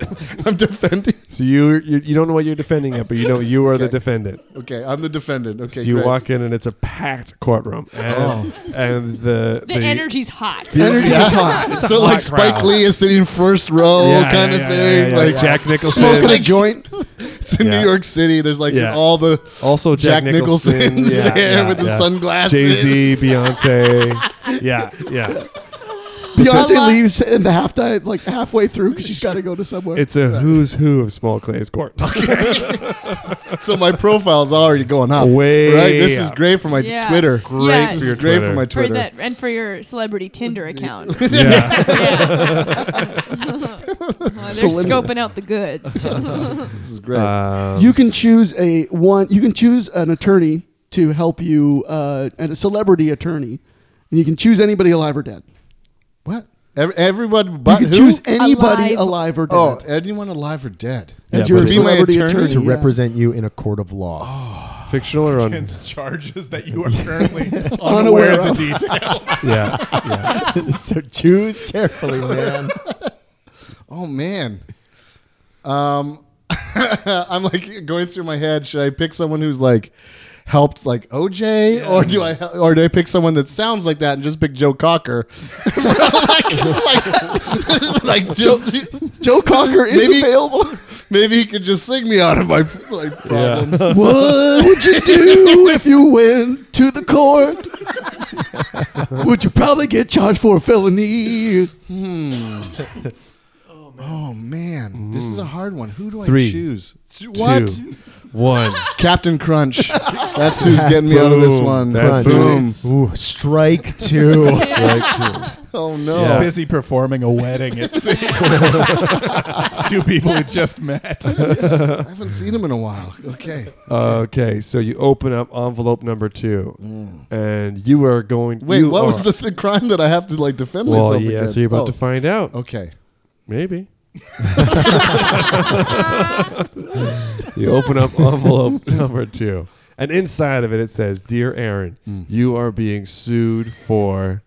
Speaker 4: I'm defending.
Speaker 3: So you, you you don't know what you're defending at, but you know you are the
Speaker 4: Okay.
Speaker 3: defendant.
Speaker 4: Okay, I'm the defendant. Okay,
Speaker 3: so you
Speaker 4: great. Oh.
Speaker 3: walk in and it's a packed courtroom, and, and the,
Speaker 5: The energy's hot.
Speaker 2: Energy is hot.
Speaker 4: So like Spike
Speaker 3: crowd.
Speaker 4: Lee is sitting first row, kind of thing. like
Speaker 3: Jack Nicholson.
Speaker 2: Smoking a joint.
Speaker 4: it's in
Speaker 3: Yeah.
Speaker 4: New York City. There's like
Speaker 3: Yeah.
Speaker 4: all the
Speaker 3: also Jack,
Speaker 4: Jack
Speaker 3: Nicholson,
Speaker 4: Nicholson's
Speaker 3: yeah,
Speaker 4: there
Speaker 3: yeah,
Speaker 4: with the
Speaker 3: yeah.
Speaker 4: sunglasses.
Speaker 3: Jay Z, Beyonce, yeah, yeah.
Speaker 5: a lot.
Speaker 2: Beyonce leaves in the half time, like halfway through, because she's got to go to somewhere.
Speaker 3: It's a who's who of small claims court.
Speaker 4: So my profile's already going up.
Speaker 3: Way
Speaker 4: right. This is
Speaker 3: up.
Speaker 4: great for my
Speaker 5: Yeah.
Speaker 4: Twitter.
Speaker 5: Great
Speaker 4: This
Speaker 5: Yeah. for
Speaker 4: is
Speaker 5: your
Speaker 4: great
Speaker 3: Twitter.
Speaker 4: for my
Speaker 5: For
Speaker 4: Twitter.
Speaker 5: that, and for your celebrity Tinder account.
Speaker 3: yeah,
Speaker 5: Well, they're
Speaker 2: Celebrity.
Speaker 5: scoping out the goods.
Speaker 4: This is great.
Speaker 3: Um,
Speaker 2: you can choose a one. You can choose an attorney to help you, uh, and a celebrity attorney, and you can choose anybody alive or dead.
Speaker 4: what? Every, everyone but
Speaker 2: you can
Speaker 4: who?
Speaker 2: choose anybody
Speaker 5: Alive.
Speaker 2: alive, or dead.
Speaker 4: Oh, anyone alive or dead?
Speaker 2: as
Speaker 3: Yeah,
Speaker 2: your
Speaker 3: but
Speaker 4: be my
Speaker 2: celebrity
Speaker 4: attorney
Speaker 2: attorney
Speaker 4: to
Speaker 2: yeah.
Speaker 7: represent you in a court of law.
Speaker 3: fictional or un-
Speaker 6: Against charges that you are currently
Speaker 2: Unaware
Speaker 6: unaware of the details.
Speaker 3: yeah, yeah.
Speaker 7: so choose carefully, man.
Speaker 4: Oh man. Um, I'm like going through my head. Should I pick someone who's like helped like OJ, or do I or do I pick someone that sounds like that and just pick Joe Cocker? like, like, like just
Speaker 2: Joe Cocker is
Speaker 4: Maybe-
Speaker 2: available.
Speaker 4: maybe he could just sing me out of my like problems.
Speaker 2: What would you do if you went to the court? would you probably get charged for a felony?
Speaker 4: Oh man, this is a hard one. Who do I
Speaker 3: Three,
Speaker 4: choose? What?
Speaker 3: Two, one.
Speaker 4: Captain Crunch. That's who's getting me out of this
Speaker 3: Boom.
Speaker 4: one.
Speaker 3: That's
Speaker 4: Boom.
Speaker 3: it.
Speaker 7: Ooh, strike two.
Speaker 4: Oh no.
Speaker 3: Yeah.
Speaker 6: Busy performing a wedding at sea. It's two people who just met.
Speaker 4: I haven't seen him in a while. Okay.
Speaker 3: Okay, so you open up envelope number two, and you are going.
Speaker 4: Mm. Wait,
Speaker 3: you
Speaker 4: what
Speaker 3: are-
Speaker 4: was the, the crime that I have to like defend
Speaker 3: Well,
Speaker 4: myself
Speaker 3: yeah.
Speaker 4: against?
Speaker 3: So you're about
Speaker 4: Oh,
Speaker 3: to find out.
Speaker 4: Okay.
Speaker 3: Maybe. you open up envelope number two, and inside of it it says, "Dear Aaron, you are being sued for."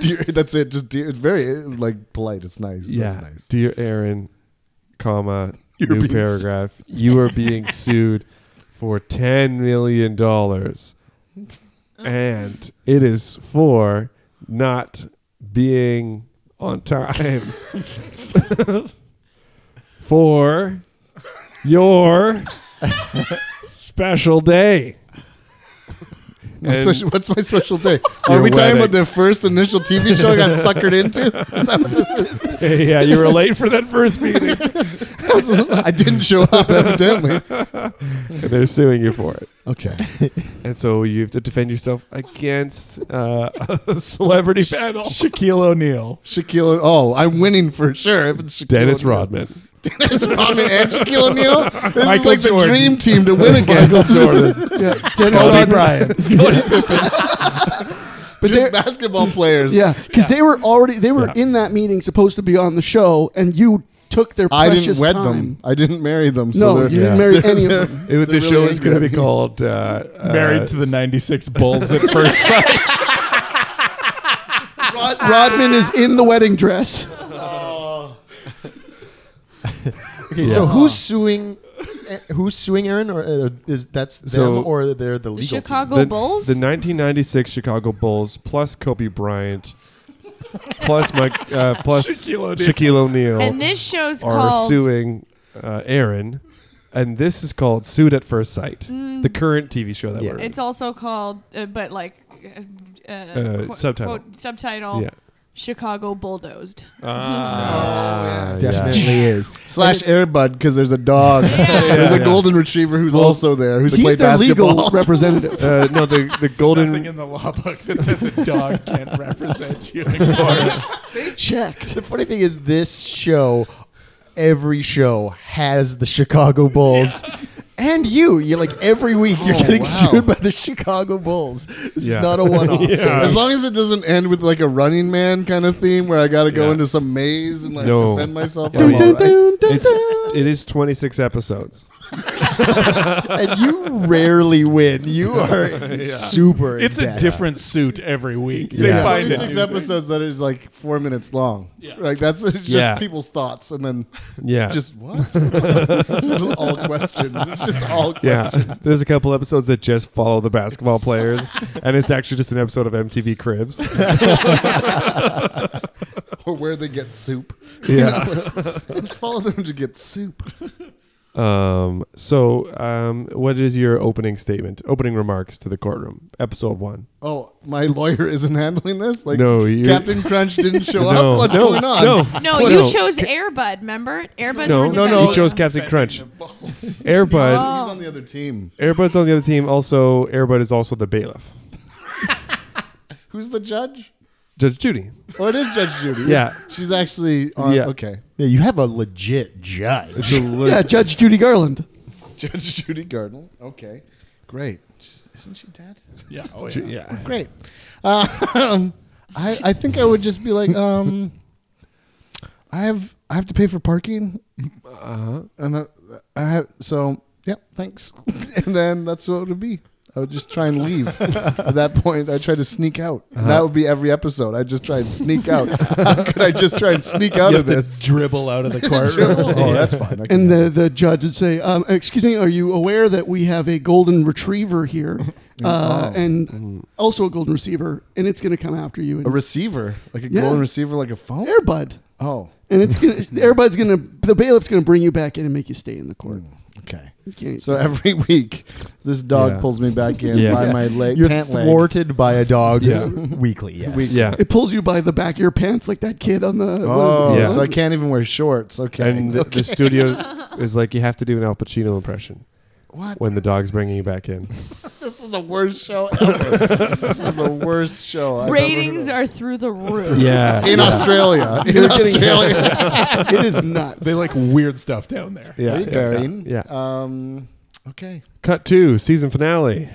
Speaker 4: Dear, that's it. Just dear, it's very uh, like polite. It's nice.
Speaker 3: yeah,
Speaker 4: That's nice.
Speaker 3: dear Aaron, comma
Speaker 4: You're
Speaker 3: new
Speaker 4: being
Speaker 3: paragraph. You are being sued for ten million dollars, and it is for not being on time. for your special day.
Speaker 4: My
Speaker 3: And-
Speaker 4: special- what's my special day?
Speaker 3: Your
Speaker 4: Are we talking
Speaker 3: wedding.
Speaker 4: about the first initial TV show I got suckered into? Is that what this is?
Speaker 3: yeah, you were late for that first meeting.
Speaker 4: I didn't show up evidently.
Speaker 3: and they're suing you for it.
Speaker 4: Okay.
Speaker 3: And so you have to defend yourself against uh, a celebrity panel.
Speaker 6: Shaquille O'Neal.
Speaker 4: Shaquille. Oh, I'm winning for sure. If it's Shaquille
Speaker 3: Dennis
Speaker 4: O'Neal.
Speaker 3: Rodman.
Speaker 4: Dennis Rodman and Shaquille O'Neal. This is
Speaker 3: Michael
Speaker 4: like the
Speaker 3: Jordan.
Speaker 4: dream team to win against.
Speaker 3: Jordan.
Speaker 2: Dennis
Speaker 6: Kobe
Speaker 2: Rodman.
Speaker 4: But
Speaker 6: Bryant.
Speaker 2: they're-
Speaker 4: just basketball players.
Speaker 2: Yeah, because they were already they were
Speaker 3: Yeah.
Speaker 2: in that meeting supposed to be on the show, and you took their
Speaker 4: I
Speaker 2: precious
Speaker 4: didn't wed
Speaker 2: time.
Speaker 4: them. I didn't marry them. So
Speaker 2: No,
Speaker 4: they're-
Speaker 2: you
Speaker 3: Yeah.
Speaker 2: didn't marry any of them.
Speaker 3: It, the
Speaker 4: They're
Speaker 3: show
Speaker 4: really
Speaker 3: is going to be
Speaker 4: angry.
Speaker 3: called uh, uh,
Speaker 6: Married to the 96 Bulls at first sight.
Speaker 2: Rodman is in the wedding dress.
Speaker 7: Okay, so who's suing? eh, Who's suing Aaron? Or uh, is that's them
Speaker 3: So-
Speaker 7: or they're the legal
Speaker 5: The
Speaker 7: team?
Speaker 5: Chicago
Speaker 3: the,
Speaker 5: Bulls?
Speaker 3: the 1996 Chicago Bulls plus Kobe Bryant plus Mike uh, plus
Speaker 6: Shaquille
Speaker 3: Shaquille
Speaker 6: O'Neal.
Speaker 3: O'Neal,
Speaker 5: and this show's
Speaker 3: are
Speaker 5: called
Speaker 3: suing uh, Aaron, and this is called "Sued at First Sight," the current TV show that we're in.
Speaker 5: Mm. It's also called, uh, but like, uh,
Speaker 3: Uh,
Speaker 5: quote-
Speaker 3: subtitle.
Speaker 5: quote- subtitle.
Speaker 3: Yeah.
Speaker 5: Chicago bulldozed.
Speaker 3: Ah, yeah.
Speaker 7: Definitely is.
Speaker 4: slash Airbud because there's a dog. there's a
Speaker 3: Yeah.
Speaker 4: golden retriever who's also there who's
Speaker 2: He's
Speaker 4: played
Speaker 2: their
Speaker 4: basketball.
Speaker 2: legal representative.
Speaker 3: Uh, no, the the
Speaker 6: Nothing
Speaker 3: golden
Speaker 6: in the law book that says a dog can't represent you anymore.
Speaker 2: Checked.
Speaker 7: The funny thing is, this show, every show has the Chicago Bulls
Speaker 2: and you. You like every week you're
Speaker 4: Oh,
Speaker 2: getting
Speaker 4: wow.
Speaker 2: sued by the Chicago Bulls. This
Speaker 3: Yeah.
Speaker 2: is not a one-off.
Speaker 4: As long as it doesn't end with like a Running Man kind of theme where I got to go
Speaker 3: Yeah.
Speaker 4: into some maze and like
Speaker 3: No.
Speaker 4: defend myself.
Speaker 3: Yeah,
Speaker 4: I'm
Speaker 3: well,
Speaker 4: all right.
Speaker 3: It's, it is 26 episodes.
Speaker 2: and you rarely win. You are super.
Speaker 6: It's
Speaker 2: in
Speaker 6: a
Speaker 2: debt.
Speaker 6: different suit every week. They
Speaker 3: Yeah.
Speaker 6: find it.
Speaker 4: 26 episodes that is like four minutes long. Yeah. Like that's it's just
Speaker 3: Yeah.
Speaker 4: people's thoughts and then
Speaker 3: Yeah.
Speaker 4: just what? Just all questions. It's just all
Speaker 3: yeah.
Speaker 4: questions.
Speaker 3: There's a couple episodes that just follow the basketball players, and it's actually just an episode of MTV Cribs.
Speaker 4: Or where they get soup.
Speaker 3: Yeah.
Speaker 4: Let's follow them to get soup.
Speaker 3: Um, so, um, what is your opening statement, opening remarks to the courtroom, episode one?
Speaker 4: Oh, my lawyer isn't handling this? Like
Speaker 3: No, you-
Speaker 4: Captain Crunch didn't show
Speaker 3: No.
Speaker 4: up? What's
Speaker 3: No,
Speaker 4: going on?
Speaker 3: no.
Speaker 5: No,
Speaker 3: What?
Speaker 5: you
Speaker 3: No.
Speaker 5: chose Airbud, remember? Airbuds
Speaker 3: No,
Speaker 5: were
Speaker 3: no,
Speaker 5: defending
Speaker 3: no. You chose Captain Crunch. Airbud.
Speaker 5: Oh.
Speaker 4: He's on the other team.
Speaker 3: Airbud's on the other team. Also, Airbud is also the bailiff,
Speaker 4: Who's the judge?
Speaker 3: Judge Judy.
Speaker 4: Oh, it is Judge Judy.
Speaker 3: Yeah.
Speaker 4: She's actually on
Speaker 3: Yeah.
Speaker 4: okay.
Speaker 9: Yeah, you have a legit judge.
Speaker 3: It's a li-
Speaker 2: Yeah, Judge Judy Garland.
Speaker 4: Judge Judy Gardner. Okay. Great. She's- Isn't she dead?
Speaker 6: Yeah.
Speaker 3: Ju- yeah.
Speaker 4: Great. Um, I, I think I would just be like, um, I have I have to pay for parking, and I, I have so yeah, thanks. and then that's what it would be. I would just try and leave. At that point, I try to sneak out. That would be every episode. I just try and sneak out. How could I just try and sneak out of this?
Speaker 6: dribble out of the courtroom.
Speaker 4: oh, that's fine. I can
Speaker 2: And
Speaker 4: do
Speaker 2: the, the judge would say, um, Excuse me, are you aware that we have a golden retriever here uh, and also a golden receiver, and it's going to come after you?
Speaker 4: that. Mm. a
Speaker 2: And
Speaker 4: receiver, like a
Speaker 2: Yeah.
Speaker 4: golden receiver, like a phone.
Speaker 2: Airbud.
Speaker 4: Oh,
Speaker 2: And it's gonna, Airbud's going to, the bailiff's going to bring you back in and make you stay in the court.
Speaker 4: okay.
Speaker 2: You can't-
Speaker 4: Mm. So every week, this dog
Speaker 3: Yeah.
Speaker 4: pulls me back in
Speaker 3: Yeah.
Speaker 4: by
Speaker 3: Yeah.
Speaker 4: my leg,
Speaker 9: You're
Speaker 4: pant leg.
Speaker 9: thwarted by a dog
Speaker 3: Yeah.
Speaker 6: Oh,
Speaker 9: weekly. Yes.
Speaker 4: Week-
Speaker 3: Yeah.
Speaker 2: it pulls you by the back of your pants like that kid on the. what is it?
Speaker 4: Oh,
Speaker 3: Yeah.
Speaker 4: so I can't even wear shorts. Okay.
Speaker 3: And the, the studio is like, you have to do an Al Pacino impression
Speaker 4: what?
Speaker 3: when the dog's bringing you back in.
Speaker 4: This is the worst show ever. this is the worst show. I've
Speaker 5: Ratings
Speaker 4: ever
Speaker 5: are through the roof.
Speaker 3: Yeah.
Speaker 4: heard of. in Australia. In
Speaker 2: They're getting-
Speaker 4: Australia.
Speaker 2: It is nuts.
Speaker 6: they like weird stuff down there.
Speaker 3: Yeah.
Speaker 4: Hey,
Speaker 3: yeah,
Speaker 4: Baron.
Speaker 3: yeah, yeah.
Speaker 4: Um. Okay.
Speaker 3: Cut two, season finale.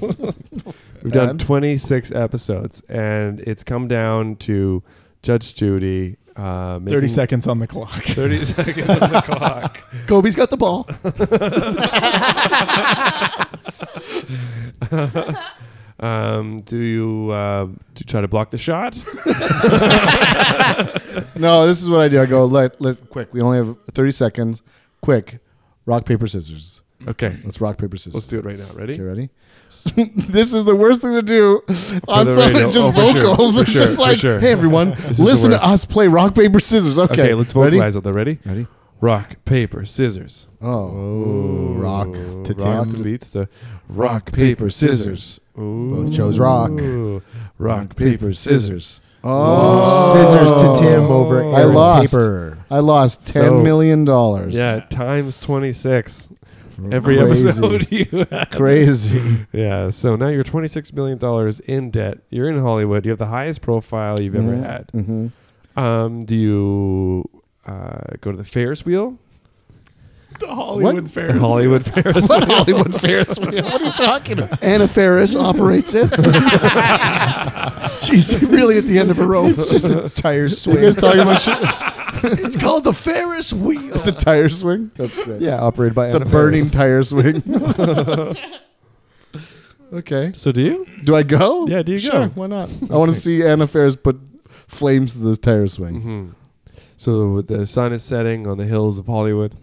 Speaker 3: We've done
Speaker 4: Bad.
Speaker 3: 26 episodes, and it's come down to Judge Judy. Uh, making-
Speaker 6: 30
Speaker 2: Mm-hmm.
Speaker 6: seconds on the clock.
Speaker 3: 30 seconds on the clock.
Speaker 2: Kobe's got the ball.
Speaker 3: Um, do you uh, to try to block the shot?
Speaker 4: No, this is what I do. I go let let quick. We only have thirty seconds. Quick. Rock paper scissors.
Speaker 3: Okay,
Speaker 4: Let's rock paper scissors.
Speaker 3: let's do it right now. Ready?
Speaker 4: Okay, ready? this is the worst thing to do on
Speaker 3: the
Speaker 4: someone
Speaker 3: radio.
Speaker 4: just
Speaker 3: Oh, for sure.
Speaker 4: vocals.
Speaker 3: For
Speaker 4: It's
Speaker 3: sure,
Speaker 4: just
Speaker 3: for
Speaker 4: like,
Speaker 3: sure.
Speaker 4: hey everyone,
Speaker 3: is the
Speaker 4: listen to
Speaker 3: worst.
Speaker 4: us play rock paper scissors. Okay,
Speaker 3: Okay, let's
Speaker 4: ready?
Speaker 3: vocalize it. Though. Ready?
Speaker 4: Ready?
Speaker 3: Rock, paper, scissors.
Speaker 4: Oh, rock to
Speaker 3: rock
Speaker 4: rock.
Speaker 3: the beats to rock, paper, scissors. Ooh.
Speaker 9: Both chose rock.
Speaker 3: Rock, paper, scissors.
Speaker 4: Oh,
Speaker 9: Scissors to Tim over
Speaker 4: I
Speaker 9: Aaron's
Speaker 4: lost.
Speaker 9: paper.
Speaker 4: I lost
Speaker 3: So-
Speaker 4: ten million dollars.
Speaker 3: Yeah, times 26. Every
Speaker 4: Crazy.
Speaker 3: episode you
Speaker 4: crazy.
Speaker 3: Yeah, so now you're $26 million in debt. You're in Hollywood. You have the highest profile you've ever had.
Speaker 4: Mhm.
Speaker 3: Um, do you uh, go to the Ferris wheel?
Speaker 6: The Hollywood
Speaker 4: What?
Speaker 6: Fair.
Speaker 3: Hollywood Ferris
Speaker 4: What Hollywood Ferris wheel? What are you talking about?
Speaker 2: Anna Ferris operates it. She's really at the end of her rope.
Speaker 9: It's just a tire
Speaker 4: You
Speaker 9: swing.
Speaker 4: guys talking about shit?
Speaker 2: It's called the Ferris wheel.
Speaker 4: the tire swing? That's great.
Speaker 9: yeah, operated by
Speaker 4: it's a
Speaker 9: Anna
Speaker 4: burning
Speaker 9: Faris.
Speaker 4: tire swing. okay,
Speaker 3: So do you?
Speaker 4: do I go?
Speaker 3: Yeah, do you
Speaker 4: sure,
Speaker 3: go?
Speaker 4: Why not? I want to see Anna Ferris put flames to this tire swing.
Speaker 3: hmm So the sun is setting on the hills of Hollywood.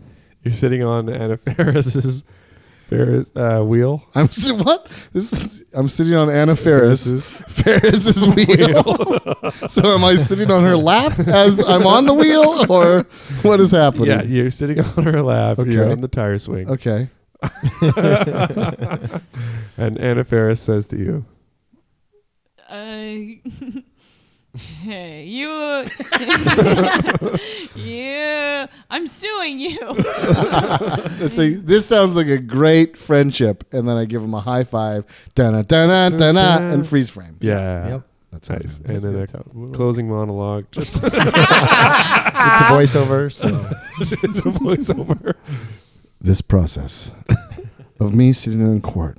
Speaker 3: You're sitting on Anna Ferris's Ferris uh, wheel.
Speaker 4: I'm si- what? This is, I'm sitting on Anna Ferris's Ferris's wheel. so am I sitting on her lap as I'm on the wheel, or what is happening?
Speaker 3: yeah, you're sitting on her lap. You're
Speaker 4: Okay.
Speaker 3: on the tire swing.
Speaker 4: Okay.
Speaker 3: And Anna Ferris says to you,
Speaker 5: Uh, hey, you. you. I'm suing you.
Speaker 4: Let's see. This sounds like a great friendship, and then I give him a high five, da da da da, and freeze frame.
Speaker 3: "Yeah,
Speaker 9: Yep.
Speaker 4: That's how it
Speaker 3: nice."
Speaker 4: is.
Speaker 3: And then
Speaker 4: That's how it
Speaker 3: a
Speaker 4: works.
Speaker 3: closing monologue, just
Speaker 9: It's a voiceover. So
Speaker 3: a voiceover.
Speaker 4: this process of me sitting in court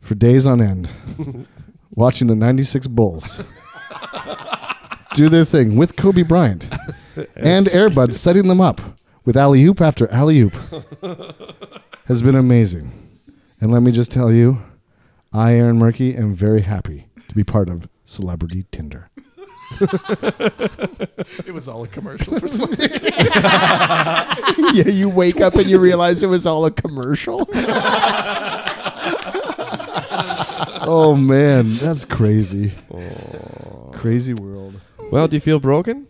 Speaker 4: for days on end, watching the 96 Bulls do their thing with Kobe Bryant and Airbud setting them up with alley oop after alley oop has been amazing. And let me just tell you, I, Aaron Murky, am very happy to be part of Celebrity Tinder.
Speaker 7: It was all a commercial for something.
Speaker 9: yeah, you wake up and you realize it was all a commercial.
Speaker 4: oh, man. That's crazy. Crazy world.
Speaker 3: Well, do you feel broken?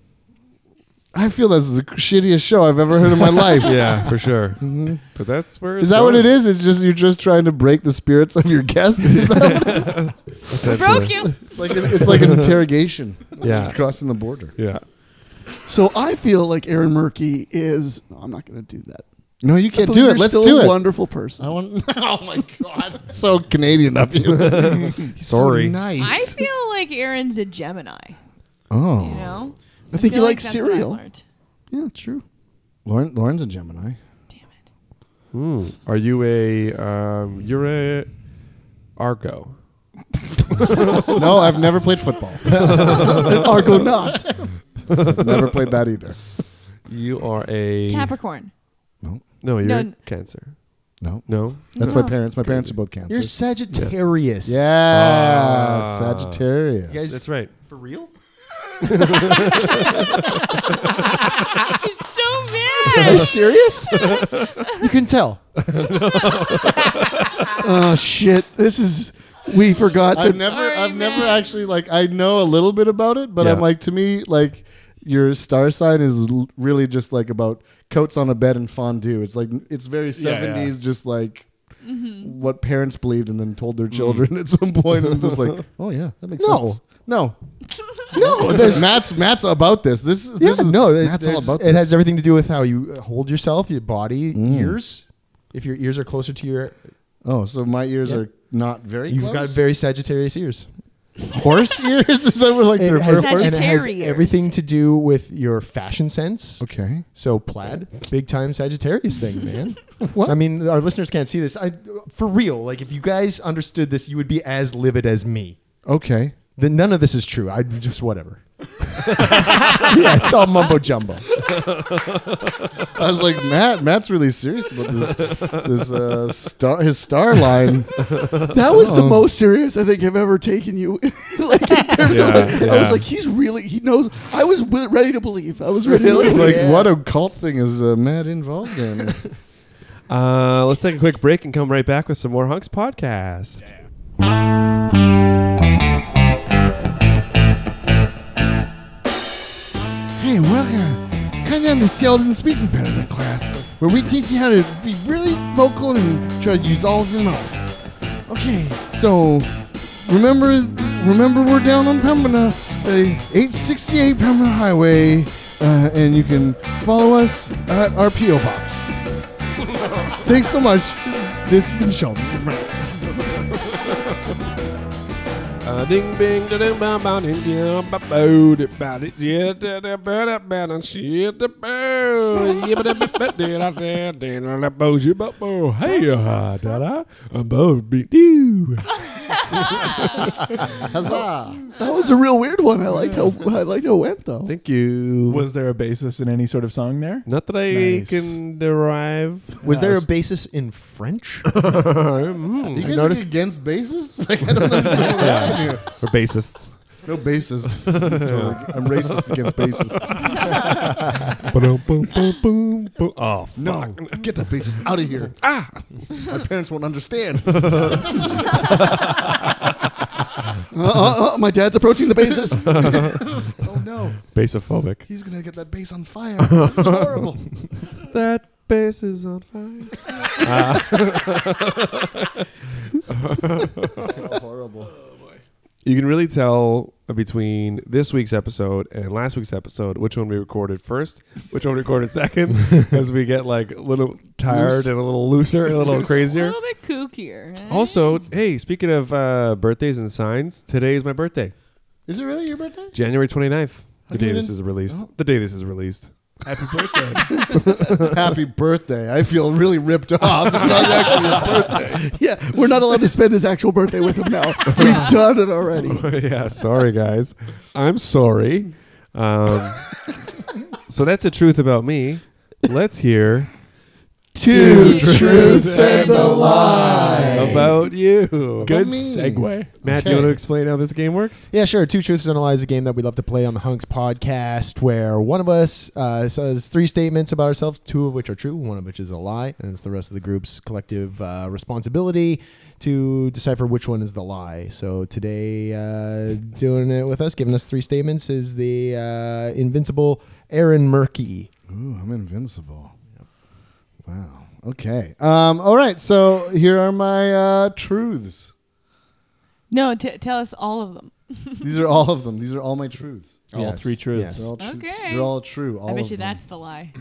Speaker 4: I feel that's the shittiest show I've ever heard in my life.
Speaker 3: yeah, for sure. Mm-hmm. But that's where
Speaker 4: Is that what it is? It's just you're just trying to break the spirits of your guests. Is that what it-
Speaker 5: Broke you.
Speaker 4: it's like an, it's like an interrogation.
Speaker 3: Yeah.
Speaker 4: crossing the border.
Speaker 3: Yeah.
Speaker 2: So I feel like Aaron Murky is. No, I'm not going to do that.
Speaker 4: No, you can't
Speaker 2: But
Speaker 4: do
Speaker 2: you're
Speaker 4: it. Let's
Speaker 2: still
Speaker 4: do
Speaker 2: a
Speaker 4: it.
Speaker 2: Wonderful person.
Speaker 4: I want. Oh my god, it's so Canadian of you. He's so
Speaker 3: Sorry.
Speaker 5: I
Speaker 4: nice.
Speaker 5: feel like Aaron's a Gemini. You
Speaker 4: oh,
Speaker 5: know.
Speaker 2: I think he
Speaker 5: feel
Speaker 2: likes
Speaker 5: that's what I
Speaker 2: cereal.
Speaker 5: learned.
Speaker 2: Yeah, true.
Speaker 4: Lauren, Lauren's a Gemini.
Speaker 5: Damn it.
Speaker 3: Hmm. Are you a um, you're a Argo?
Speaker 4: no, I've never played football.
Speaker 2: Argonaut.
Speaker 4: never played that either.
Speaker 3: You are a
Speaker 5: Capricorn.
Speaker 3: No, you're
Speaker 5: No,
Speaker 3: a
Speaker 5: n-
Speaker 3: Cancer.
Speaker 4: No,
Speaker 3: No.
Speaker 4: that's
Speaker 5: No.
Speaker 4: my parents. My parents are both Cancer.
Speaker 9: You're Sagittarius.
Speaker 4: yeah,
Speaker 3: Ah.
Speaker 4: Sagittarius.
Speaker 7: You guys-
Speaker 3: That's right.
Speaker 7: For real?
Speaker 5: He's so
Speaker 9: Are you
Speaker 5: mad.
Speaker 9: serious? you can tell.
Speaker 2: oh shit! This is. We forgot
Speaker 5: Uh-huh.
Speaker 4: I've
Speaker 2: that.
Speaker 4: never,
Speaker 5: Sorry,
Speaker 4: I've never
Speaker 5: man.
Speaker 4: actually like. I know a little bit about it, but
Speaker 3: Yeah.
Speaker 4: I'm like to me like your star sign is l- really just like about coats on a bed and fondue. It's like it's very
Speaker 3: Yeah, yeah.
Speaker 4: 70s, just like what parents believed and then told their children at some point. I'm just like, oh yeah, that makes
Speaker 9: No.
Speaker 4: sense. Mm. No,
Speaker 9: No, there's
Speaker 4: Matt's Matt's about this. This, is this
Speaker 9: yeah,
Speaker 4: is
Speaker 9: no. It,
Speaker 4: Matt's all
Speaker 9: there's-
Speaker 4: about
Speaker 9: it
Speaker 4: this.
Speaker 9: has everything to do with how you uh, hold yourself, your body, ears. If your ears are closer to your,
Speaker 4: oh, so my ears
Speaker 9: Yeah.
Speaker 4: are not very.
Speaker 9: you've
Speaker 4: close?
Speaker 9: got very Sagittarius ears.
Speaker 4: horse ears. Is that what like
Speaker 9: It
Speaker 4: their
Speaker 9: has, and it has
Speaker 5: Sagittarius.
Speaker 9: everything to do with your fashion sense.
Speaker 4: Okay.
Speaker 9: So plaid, big time Sagittarius thing, man.
Speaker 4: What?
Speaker 9: I mean, our listeners can't see this. I, for real, like if you guys understood this, you would be as livid as me.
Speaker 4: Okay.
Speaker 9: Then none of this is true. I just whatever. yeah, it's all mumbo jumbo.
Speaker 4: I was like, Matt, Matt's really serious about this, this uh, star, his star line.
Speaker 2: That was the most serious I think I've ever taken you. like in terms
Speaker 3: Yeah,
Speaker 2: of, like, I
Speaker 3: yeah.
Speaker 2: was like, he's really. He knows. I was wi- ready to believe. I was ready. To
Speaker 4: It's
Speaker 2: believe.
Speaker 4: like, what occult thing is uh, Matt involved in?
Speaker 3: Uh, let's take a quick break and come right back with some more Hunks podcast.
Speaker 4: hey, welcome. Come down to Sheldon Speaking Impediment class, where we teach you how to be really vocal and try to use all of your mouth. Okay, so remember, remember we're down on Pembina, uh, 868 Pembina Highway, uh, and you can follow us at our P.O. Box. Thanks so much. This has been Sheldon.
Speaker 3: Uh, ding bing da ding bang bang ding ding ba bo da ba di yeah da da ba da ba da shit da bo yeah ba da ba ba da da da da da da bo ju ba bo hey uh, da da a bo be do.
Speaker 4: Huzzah!
Speaker 2: That was a real weird one. I liked how I liked how it went though.
Speaker 3: Thank you.
Speaker 6: Was there a basis in any sort of song there?
Speaker 3: Not that I
Speaker 6: Nice.
Speaker 3: can derive.
Speaker 9: Was there a basis in French?
Speaker 4: You
Speaker 9: I
Speaker 4: guys
Speaker 9: noticed-
Speaker 4: noticed against bassists? Like, I don't understand what happened here.
Speaker 3: Or bassists.
Speaker 4: No bassists. I'm racist against bassists.
Speaker 3: boom, boom, boom, boom, boom. Oh, fuck.
Speaker 4: No, get the bassists out of here. Ah, my parents won't understand.
Speaker 2: Uh-uh, Uh, uh, uh, my dad's approaching the bases.
Speaker 4: oh no,
Speaker 3: Basophobic.
Speaker 4: he's gonna get that bass on fire. This is horrible.
Speaker 3: That bass is on fire. Ah.
Speaker 4: horrible.
Speaker 3: You can really tell between this week's episode and last week's episode which one we recorded first, which one we recorded second, as we get like a little tired
Speaker 4: Loose.
Speaker 3: and a little looser and a little
Speaker 5: A
Speaker 3: crazier.
Speaker 5: little bit kookier. eh?
Speaker 3: Also, hey, speaking of uh, birthdays and signs, today is my birthday.
Speaker 4: Is it really your birthday?
Speaker 3: January 29th. The
Speaker 4: do
Speaker 3: day
Speaker 4: you
Speaker 3: this
Speaker 4: didn't-
Speaker 3: is released.
Speaker 4: Oh.
Speaker 3: The day this is released.
Speaker 6: Happy birthday.
Speaker 4: Happy birthday. I feel really ripped off. It's not actually your birthday.
Speaker 2: Yeah, we're not allowed to spend his actual birthday with him now. We've done it already.
Speaker 3: yeah, sorry guys. I'm sorry. Um, so that's the truth about me. Let's hear
Speaker 2: Two
Speaker 5: truths and a
Speaker 2: lie.
Speaker 3: about you.
Speaker 7: Good segue.
Speaker 3: Matt, you
Speaker 7: Okay.
Speaker 3: want to explain how this game works?
Speaker 7: Yeah, sure. Two Truths and a Lie is a game that we love to play on the Hunks podcast, where one of us uh, says three statements about ourselves, two of which are true, one of which is a lie, and it's the rest of the group's collective uh, responsibility to decipher which one is the lie. So today, uh, doing it with us, giving us three statements, is the uh, invincible Aaron Murky.
Speaker 4: Ooh, I'm invincible. Wow. Okay. Um, all right. So here are my uh, truths.
Speaker 5: No, t- tell us all of them.
Speaker 4: These are all of them. These are all my truths.
Speaker 6: All three truths.
Speaker 4: They're all truths.
Speaker 5: Okay.
Speaker 4: They're all true. All
Speaker 5: I
Speaker 4: of
Speaker 5: bet you
Speaker 4: them.
Speaker 5: that's the lie.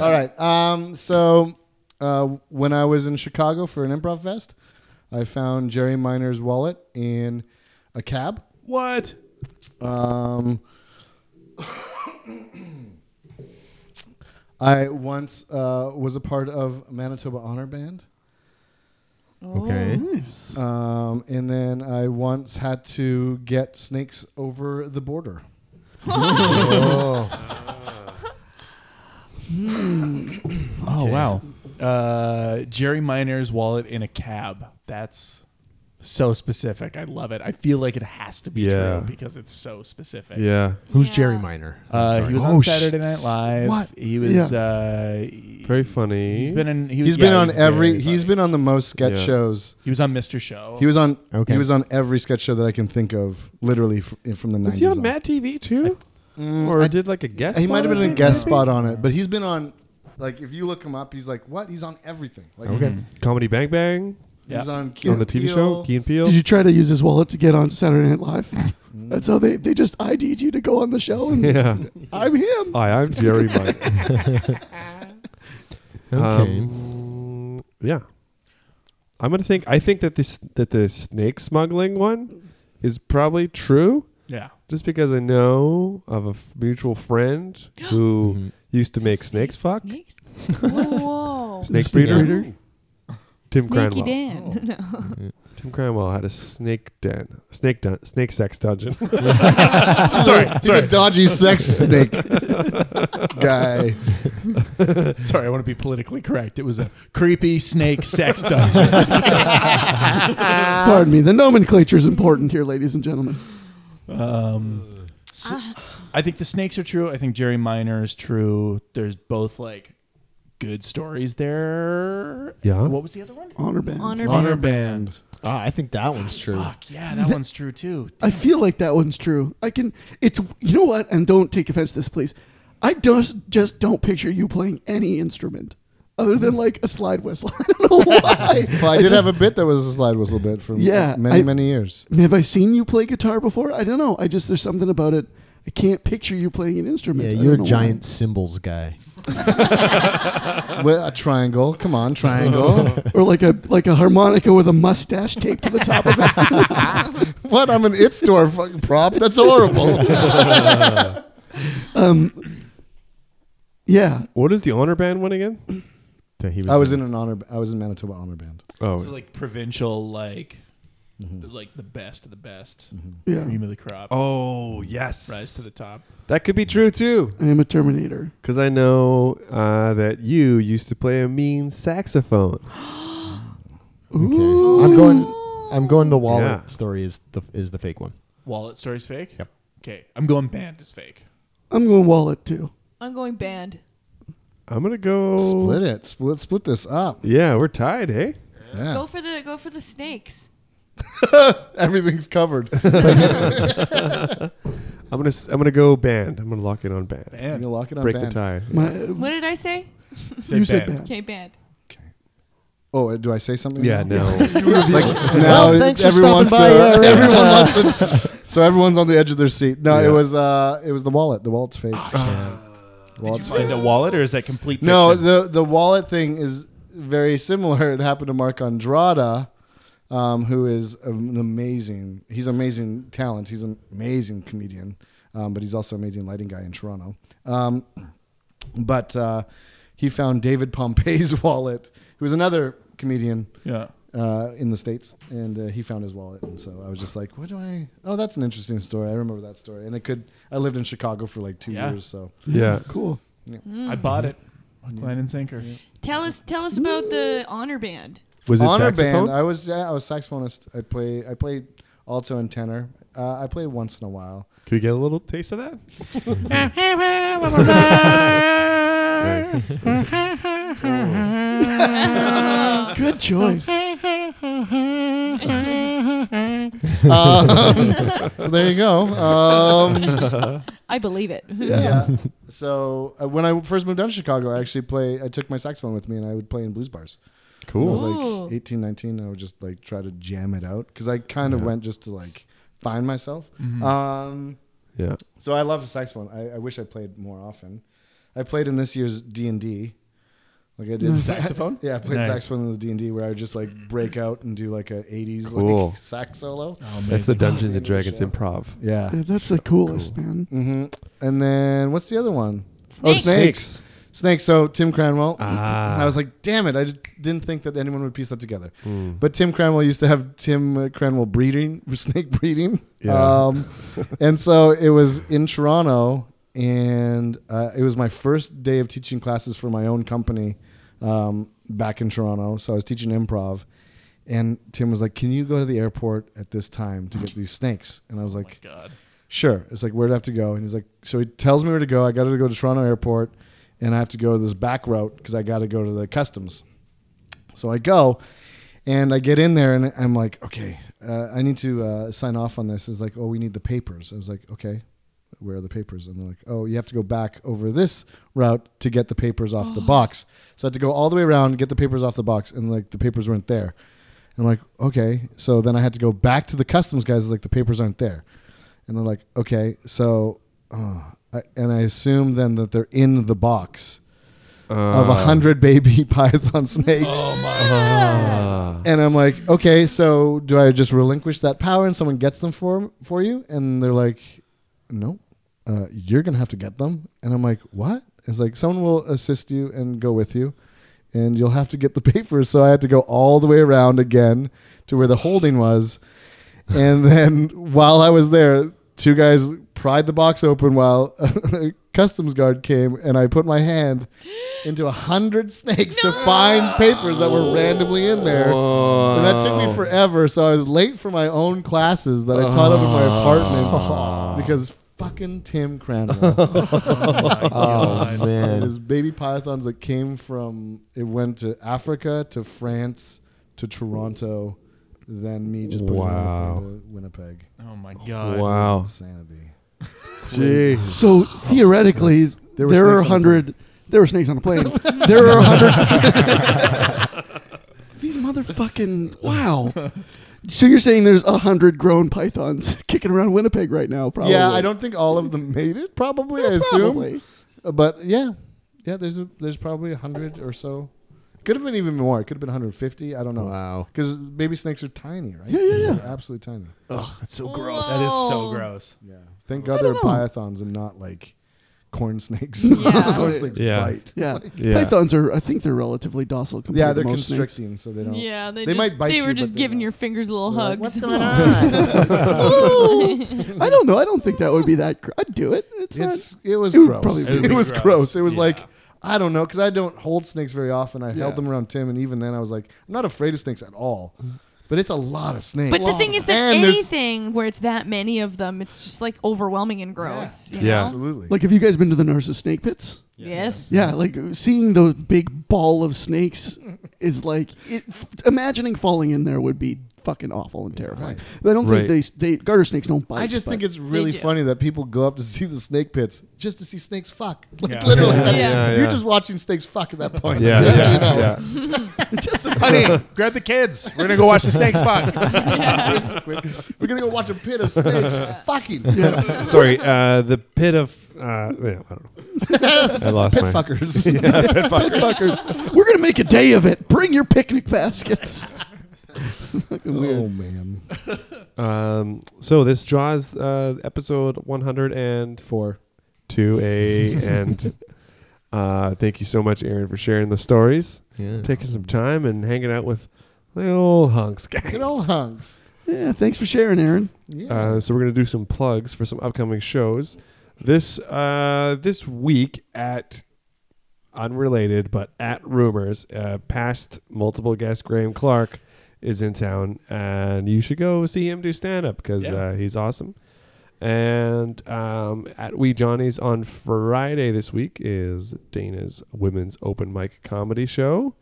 Speaker 4: All right. Um, so uh, when I was in Chicago for an improv fest, I found Jerry Miner's wallet in a cab.
Speaker 6: what?
Speaker 4: Um, I once uh, was a part of Manitoba Honor Band.
Speaker 7: Okay.
Speaker 6: Oh,
Speaker 4: Um, and then I once had to get snakes over the border.
Speaker 6: Oh wow. Uh, Jerry Miner's wallet in a cab. That's so specific. I love it. I feel like it has to be
Speaker 3: Yeah.
Speaker 6: true because it's so specific.
Speaker 3: Yeah.
Speaker 7: Who's
Speaker 5: Yeah.
Speaker 7: Jerry Miner? I'm
Speaker 6: Uh,
Speaker 7: sorry.
Speaker 6: he was
Speaker 3: Oh,
Speaker 6: on
Speaker 3: sh-
Speaker 6: Saturday Night Live.
Speaker 4: what?
Speaker 6: He was. Uh,
Speaker 3: Very funny.
Speaker 6: He's been in. He was,
Speaker 4: He's
Speaker 6: yeah,
Speaker 4: been
Speaker 6: he
Speaker 4: on
Speaker 6: was
Speaker 4: every.
Speaker 6: very
Speaker 4: He's
Speaker 6: funny. Oh.
Speaker 4: been on the most sketch
Speaker 3: Yeah.
Speaker 4: shows.
Speaker 6: He was on Mr. Show.
Speaker 4: He was on.
Speaker 7: Okay.
Speaker 4: He was on every sketch show that I can think of, literally fr- from the
Speaker 3: Was
Speaker 4: nineties.
Speaker 3: he on Matt TV too? or
Speaker 4: Mm, I-
Speaker 3: did like a guest?
Speaker 4: He might have
Speaker 3: spot
Speaker 4: been
Speaker 3: on
Speaker 4: in
Speaker 3: it,
Speaker 4: a guest
Speaker 3: maybe?
Speaker 4: spot on it, but he's been on. Like if you look him up, he's like what? He's on everything. Like
Speaker 3: Okay. Comedy Bang Bang
Speaker 4: he was
Speaker 6: Yeah.
Speaker 4: on, Key
Speaker 3: on the
Speaker 4: and
Speaker 3: TV
Speaker 4: Peele.
Speaker 3: show Key and Peele.
Speaker 2: Did you try to use his wallet to get on Saturday Night Live?
Speaker 5: Mm-hmm.
Speaker 2: That's how they, they just ID'd you to go on the show. And
Speaker 3: yeah.
Speaker 2: I'm him.
Speaker 3: Hi, I'm Jerry Miner.
Speaker 7: Okay.
Speaker 3: Um, yeah. I'm gonna think. I think that this that the snake smuggling one is probably true,
Speaker 6: yeah.
Speaker 3: just because I know of a f- mutual friend who
Speaker 6: Mm-hmm.
Speaker 3: used to make snakes fuck
Speaker 5: Snakes? Whoa.
Speaker 3: snake
Speaker 2: Snake
Speaker 3: breeder.
Speaker 2: breeder.
Speaker 3: Tim
Speaker 5: Snaky
Speaker 3: Cranwell.
Speaker 5: Dan.
Speaker 4: Oh.
Speaker 5: No.
Speaker 3: Tim Cranwell had a snake den, snake dun- snake sex dungeon.
Speaker 4: sorry, he's a dodgy sex snake guy.
Speaker 6: Sorry, I want to be politically correct. It was a creepy snake sex dungeon.
Speaker 5: Uh,
Speaker 2: Pardon me. The nomenclature is important here, ladies and gentlemen.
Speaker 6: Um, s- I think the snakes are true. I think Jerry Minor is true. There's both like good stories there.
Speaker 3: Yeah.
Speaker 6: What was the other one?
Speaker 2: Honor band.
Speaker 5: Honor
Speaker 4: Honor
Speaker 5: band.
Speaker 4: band.
Speaker 7: Ah, I think that one's true.
Speaker 6: Fuck yeah, that one's true too.
Speaker 2: I feel like that one's true. I can. It's you know what, and don't take offense to this, please. I just just don't picture you playing any instrument other than like a slide whistle. I don't know why.
Speaker 4: Well, I did
Speaker 2: just-
Speaker 4: have a bit that was a slide whistle bit for
Speaker 2: Yeah,
Speaker 4: many
Speaker 2: I-
Speaker 4: many years.
Speaker 2: Have I seen you play guitar before? I don't know. I just there's something about it. I can't picture you playing an
Speaker 7: Yeah,
Speaker 2: instrument. I
Speaker 7: you're a
Speaker 2: don't know
Speaker 7: giant symbols guy.
Speaker 4: Well, a triangle. Come on, triangle.
Speaker 2: why. or like a like a harmonica with a mustache taped to the top of it.
Speaker 4: what? I'm an it store fucking prop. That's horrible.
Speaker 2: Yeah,
Speaker 3: what is the honor band one again?
Speaker 7: That he was
Speaker 4: I was in an honor. I was in Manitoba honor band.
Speaker 3: Oh,
Speaker 6: So like provincial, like
Speaker 4: Mm-hmm.
Speaker 6: like the best of the best,
Speaker 2: yeah.
Speaker 6: cream of the crop,
Speaker 3: oh yes.
Speaker 6: rise to the top.
Speaker 3: that could be true too.
Speaker 2: I am a Terminator.
Speaker 3: Because I know uh, that you used to play a mean saxophone.
Speaker 7: Okay. I'm going. I'm going. The wallet
Speaker 3: Yeah.
Speaker 7: story is the is the fake one.
Speaker 6: Wallet story's fake.
Speaker 7: Yep.
Speaker 6: Okay, I'm going band is fake.
Speaker 2: I'm going wallet too.
Speaker 5: I'm going band.
Speaker 3: I'm gonna go
Speaker 4: Split it. Split. Split this up.
Speaker 3: Yeah, we're tied, hey.
Speaker 4: Yeah.
Speaker 5: Go for the go for the snakes.
Speaker 4: Everything's covered.
Speaker 3: I'm gonna s- I'm gonna go band. I'm gonna lock in on band.
Speaker 4: you
Speaker 6: Band.
Speaker 4: lock it on
Speaker 3: Break
Speaker 4: band.
Speaker 3: the tie.
Speaker 2: My,
Speaker 5: What did I say?
Speaker 6: Say
Speaker 2: you said
Speaker 6: band.
Speaker 2: band.
Speaker 5: Okay, band.
Speaker 4: Oh, uh, do I say something?
Speaker 3: Yeah,
Speaker 4: now?
Speaker 3: no.
Speaker 4: like now,
Speaker 7: Well, thanks for
Speaker 4: everyone's
Speaker 7: stopping by,
Speaker 4: the-
Speaker 7: Aaron.
Speaker 4: everyone wants the- so everyone's on the edge of their seat. No,
Speaker 3: Yeah.
Speaker 4: it was uh, it was the wallet. The wallet's fake. wallet's fake.
Speaker 6: Find a wallet or is that complete?
Speaker 4: No,
Speaker 6: fiction?
Speaker 4: the the wallet thing is very similar. It happened to Mark Andrada, um, who is an amazing. He's amazing talent. He's an amazing comedian. um, but he's also an amazing lighting guy in Toronto. Um, but uh, he found David Pompey's wallet, who was another comedian
Speaker 6: Yeah.
Speaker 4: uh, in the states, and uh, he found his wallet. And so I was just like, "What do I? Oh, that's an interesting story. I remember that story." And it could. I lived in Chicago for like two
Speaker 6: Yeah.
Speaker 4: years, so
Speaker 3: Yeah.
Speaker 6: Cool. I bought it. Hook, line, and sinker.
Speaker 5: Tell us, tell us about the honor band.
Speaker 3: Was it
Speaker 4: honor
Speaker 3: saxophone?
Speaker 4: band. I was yeah, I was saxophonist. I play I played alto and tenor. Uh, I played once in a while.
Speaker 3: Could we get a little taste of that? nice.
Speaker 2: Good choice.
Speaker 4: Um, so there you go. Um,
Speaker 5: I believe it.
Speaker 4: yeah. So uh, when I first moved down to Chicago, I actually play. I took my saxophone with me, and I would play in blues bars. When I
Speaker 3: Cool.
Speaker 4: was like
Speaker 5: Ooh.
Speaker 4: 18, 19. I would just like try to jam it out because I kind of went just to like find myself. Um,
Speaker 3: Yeah.
Speaker 4: So I love the saxophone. I, I wish I played more often. I played in this year's D and D. Like I did saxophone. yeah, I played
Speaker 6: Nice.
Speaker 4: saxophone in the D and D where I would just like break out and do like a '80s
Speaker 3: Cool.
Speaker 4: like sax solo.
Speaker 6: Oh.
Speaker 3: That's the Dungeons and Dragons improv.
Speaker 4: Yeah.
Speaker 2: Dude, that's the coolest, man.
Speaker 4: hmm And then what's the other one?
Speaker 5: Snakes.
Speaker 4: snakes. Snakes. So Tim Cranwell.
Speaker 3: Ah.
Speaker 4: I was like, damn it! I d- didn't think that anyone would piece that together.
Speaker 3: Hmm.
Speaker 4: But Tim Cranwell used to have Tim uh, Cranwell breeding snake breeding.
Speaker 3: Yeah.
Speaker 4: Um, and so it was in Toronto, and uh, it was my first day of teaching classes for my own company um, back in Toronto. So I was teaching improv. And Tim was like, "Can you go to the airport at this time to get these snakes?" And I was like,
Speaker 6: Oh, God.
Speaker 4: sure. It's like, where'd I have to go? And he's like, so he tells me where to go. I got to go to Toronto Airport and I have to go this back route because I got to go to the customs. So I go and I get in there and I'm like, okay, uh, I need to uh, sign off on this. It's like, oh, we need the papers. I was like, okay, where are the papers? And they're like, oh, you have to go back over this route to get the papers off the box. So I had to go all the way around, get the papers off the box, and like the papers weren't there. And I'm like, okay. So then I had to go back to the customs guys, like, the papers aren't there. And they're like, okay, so, uh, I, and I assume then that they're in the box of a hundred baby python snakes. And I'm like, okay, so do I just relinquish that power and someone gets them for for you? And they're like, no, uh, you're gonna have to get them. And I'm like, what? It's like someone will assist you and go with you, and you'll have to get the papers. So I had to go all the way around again to where the holding was, and then while I was there, two guys pried the box open while a customs guard came, and I put my hand into a hundred snakes to find papers that were randomly in there. And that took me forever, so I was late for my own classes that I taught up in my apartment because fucking Tim Um, Cranwell
Speaker 7: Oh,
Speaker 6: God.
Speaker 4: and his baby pythons that came from it went to Africa to France to Toronto, then me just putting it
Speaker 3: Wow.
Speaker 4: up into Winnipeg.
Speaker 6: Oh my god.
Speaker 2: Oh.
Speaker 3: Wow.
Speaker 4: Insanity.
Speaker 3: Gee.
Speaker 2: So theoretically, there,
Speaker 4: were
Speaker 2: are
Speaker 4: snakes on the
Speaker 2: a hundred. There were snakes on a plane. there are a hundred. These motherfucking wow. So you're saying there's a hundred grown pythons kicking around Winnipeg right now? Probably.
Speaker 4: Yeah, I don't think all of them made it. Probably, I assume.
Speaker 2: Probably.
Speaker 4: Uh, But yeah, yeah. There's a, there's probably a hundred or so. Could have been even more. It could have been 150. I don't know.
Speaker 7: Wow.
Speaker 4: Because baby snakes are tiny, right?
Speaker 2: Yeah, yeah, yeah.
Speaker 4: They're absolutely tiny.
Speaker 5: So gross.
Speaker 6: That is so gross.
Speaker 4: Yeah. Thank God they're pythons and not like corn snakes.
Speaker 5: Yeah.
Speaker 4: corn snakes
Speaker 3: Yeah.
Speaker 4: bite.
Speaker 2: Yeah.
Speaker 3: Yeah.
Speaker 2: Pythons are. I think they're relatively docile. Compared
Speaker 4: Yeah,
Speaker 2: to
Speaker 4: they're
Speaker 2: most snakes.
Speaker 4: constricting, so they don't.
Speaker 5: Yeah, they,
Speaker 4: They
Speaker 5: just,
Speaker 4: might bite
Speaker 5: They
Speaker 4: you,
Speaker 5: were
Speaker 4: but
Speaker 5: just
Speaker 4: they
Speaker 5: giving
Speaker 4: don't.
Speaker 5: your fingers little
Speaker 4: They're like,
Speaker 5: hugs.
Speaker 4: What's going on?
Speaker 2: I don't know. I don't think that would be that. Gr- I'd do it. It's,
Speaker 4: it's
Speaker 2: not.
Speaker 4: it was
Speaker 2: It would
Speaker 4: gross.
Speaker 2: probably
Speaker 4: it
Speaker 6: be
Speaker 4: was
Speaker 6: gross.
Speaker 4: gross. It was
Speaker 6: Yeah.
Speaker 4: like I don't know because I don't hold snakes very often. I
Speaker 2: Yeah.
Speaker 4: held them around Tim, and even then I was like, I'm not afraid of snakes at all. But it's a lot of snakes.
Speaker 5: But the thing is that
Speaker 4: And there's-
Speaker 5: anything where it's that many of them, it's just like overwhelming and gross. you
Speaker 3: Yeah.
Speaker 5: know?
Speaker 4: absolutely.
Speaker 2: Like, have you guys been to the Narcissus snake pits?
Speaker 5: Yes.
Speaker 2: Yeah, like uh, seeing the big ball of snakes is like it, f- imagining falling in there would be fucking awful and terrifying. But I don't
Speaker 3: Right.
Speaker 2: think they they garter snakes don't bite.
Speaker 4: I just
Speaker 2: but-
Speaker 4: think it's really
Speaker 5: do.
Speaker 4: funny that people go up to see the snake pits just to see snakes fuck. Like
Speaker 6: Yeah.
Speaker 4: literally,
Speaker 5: Yeah.
Speaker 4: that's-
Speaker 5: Yeah,
Speaker 4: you're
Speaker 3: yeah.
Speaker 4: just watching snakes fuck at that point.
Speaker 3: Yeah.
Speaker 4: Just
Speaker 3: Yeah.
Speaker 4: so you know.
Speaker 3: yeah.
Speaker 6: Honey, grab the kids. We're gonna go watch the snakes fuck.
Speaker 4: We're gonna go watch a pit of snakes fucking.
Speaker 3: Sorry, uh, the pit of uh, yeah, I don't know. I lost
Speaker 4: Pit
Speaker 3: my
Speaker 4: fuckers.
Speaker 2: Fuckers, we're gonna make a day of it. Bring your picnic baskets.
Speaker 4: Oh man,
Speaker 3: Um, so this draws uh, episode 104
Speaker 4: four.
Speaker 3: to a end. Uh, thank you so much, Aaron, for sharing the stories,
Speaker 7: Yeah.
Speaker 3: taking some time, and hanging out with the old hunks
Speaker 4: Good
Speaker 3: gang.
Speaker 4: old hunks.
Speaker 2: Yeah, thanks for sharing, Aaron.
Speaker 4: Yeah.
Speaker 3: Uh, so we're gonna do some plugs for some upcoming shows. This uh, this week at unrelated but at rumors, uh, past multiple guest Graham Clark is in town, and you should go see him do stand up because
Speaker 6: Yeah.
Speaker 3: uh, he's awesome. And um, at We Johnny's on Friday this week is Dana's women's open mic comedy show.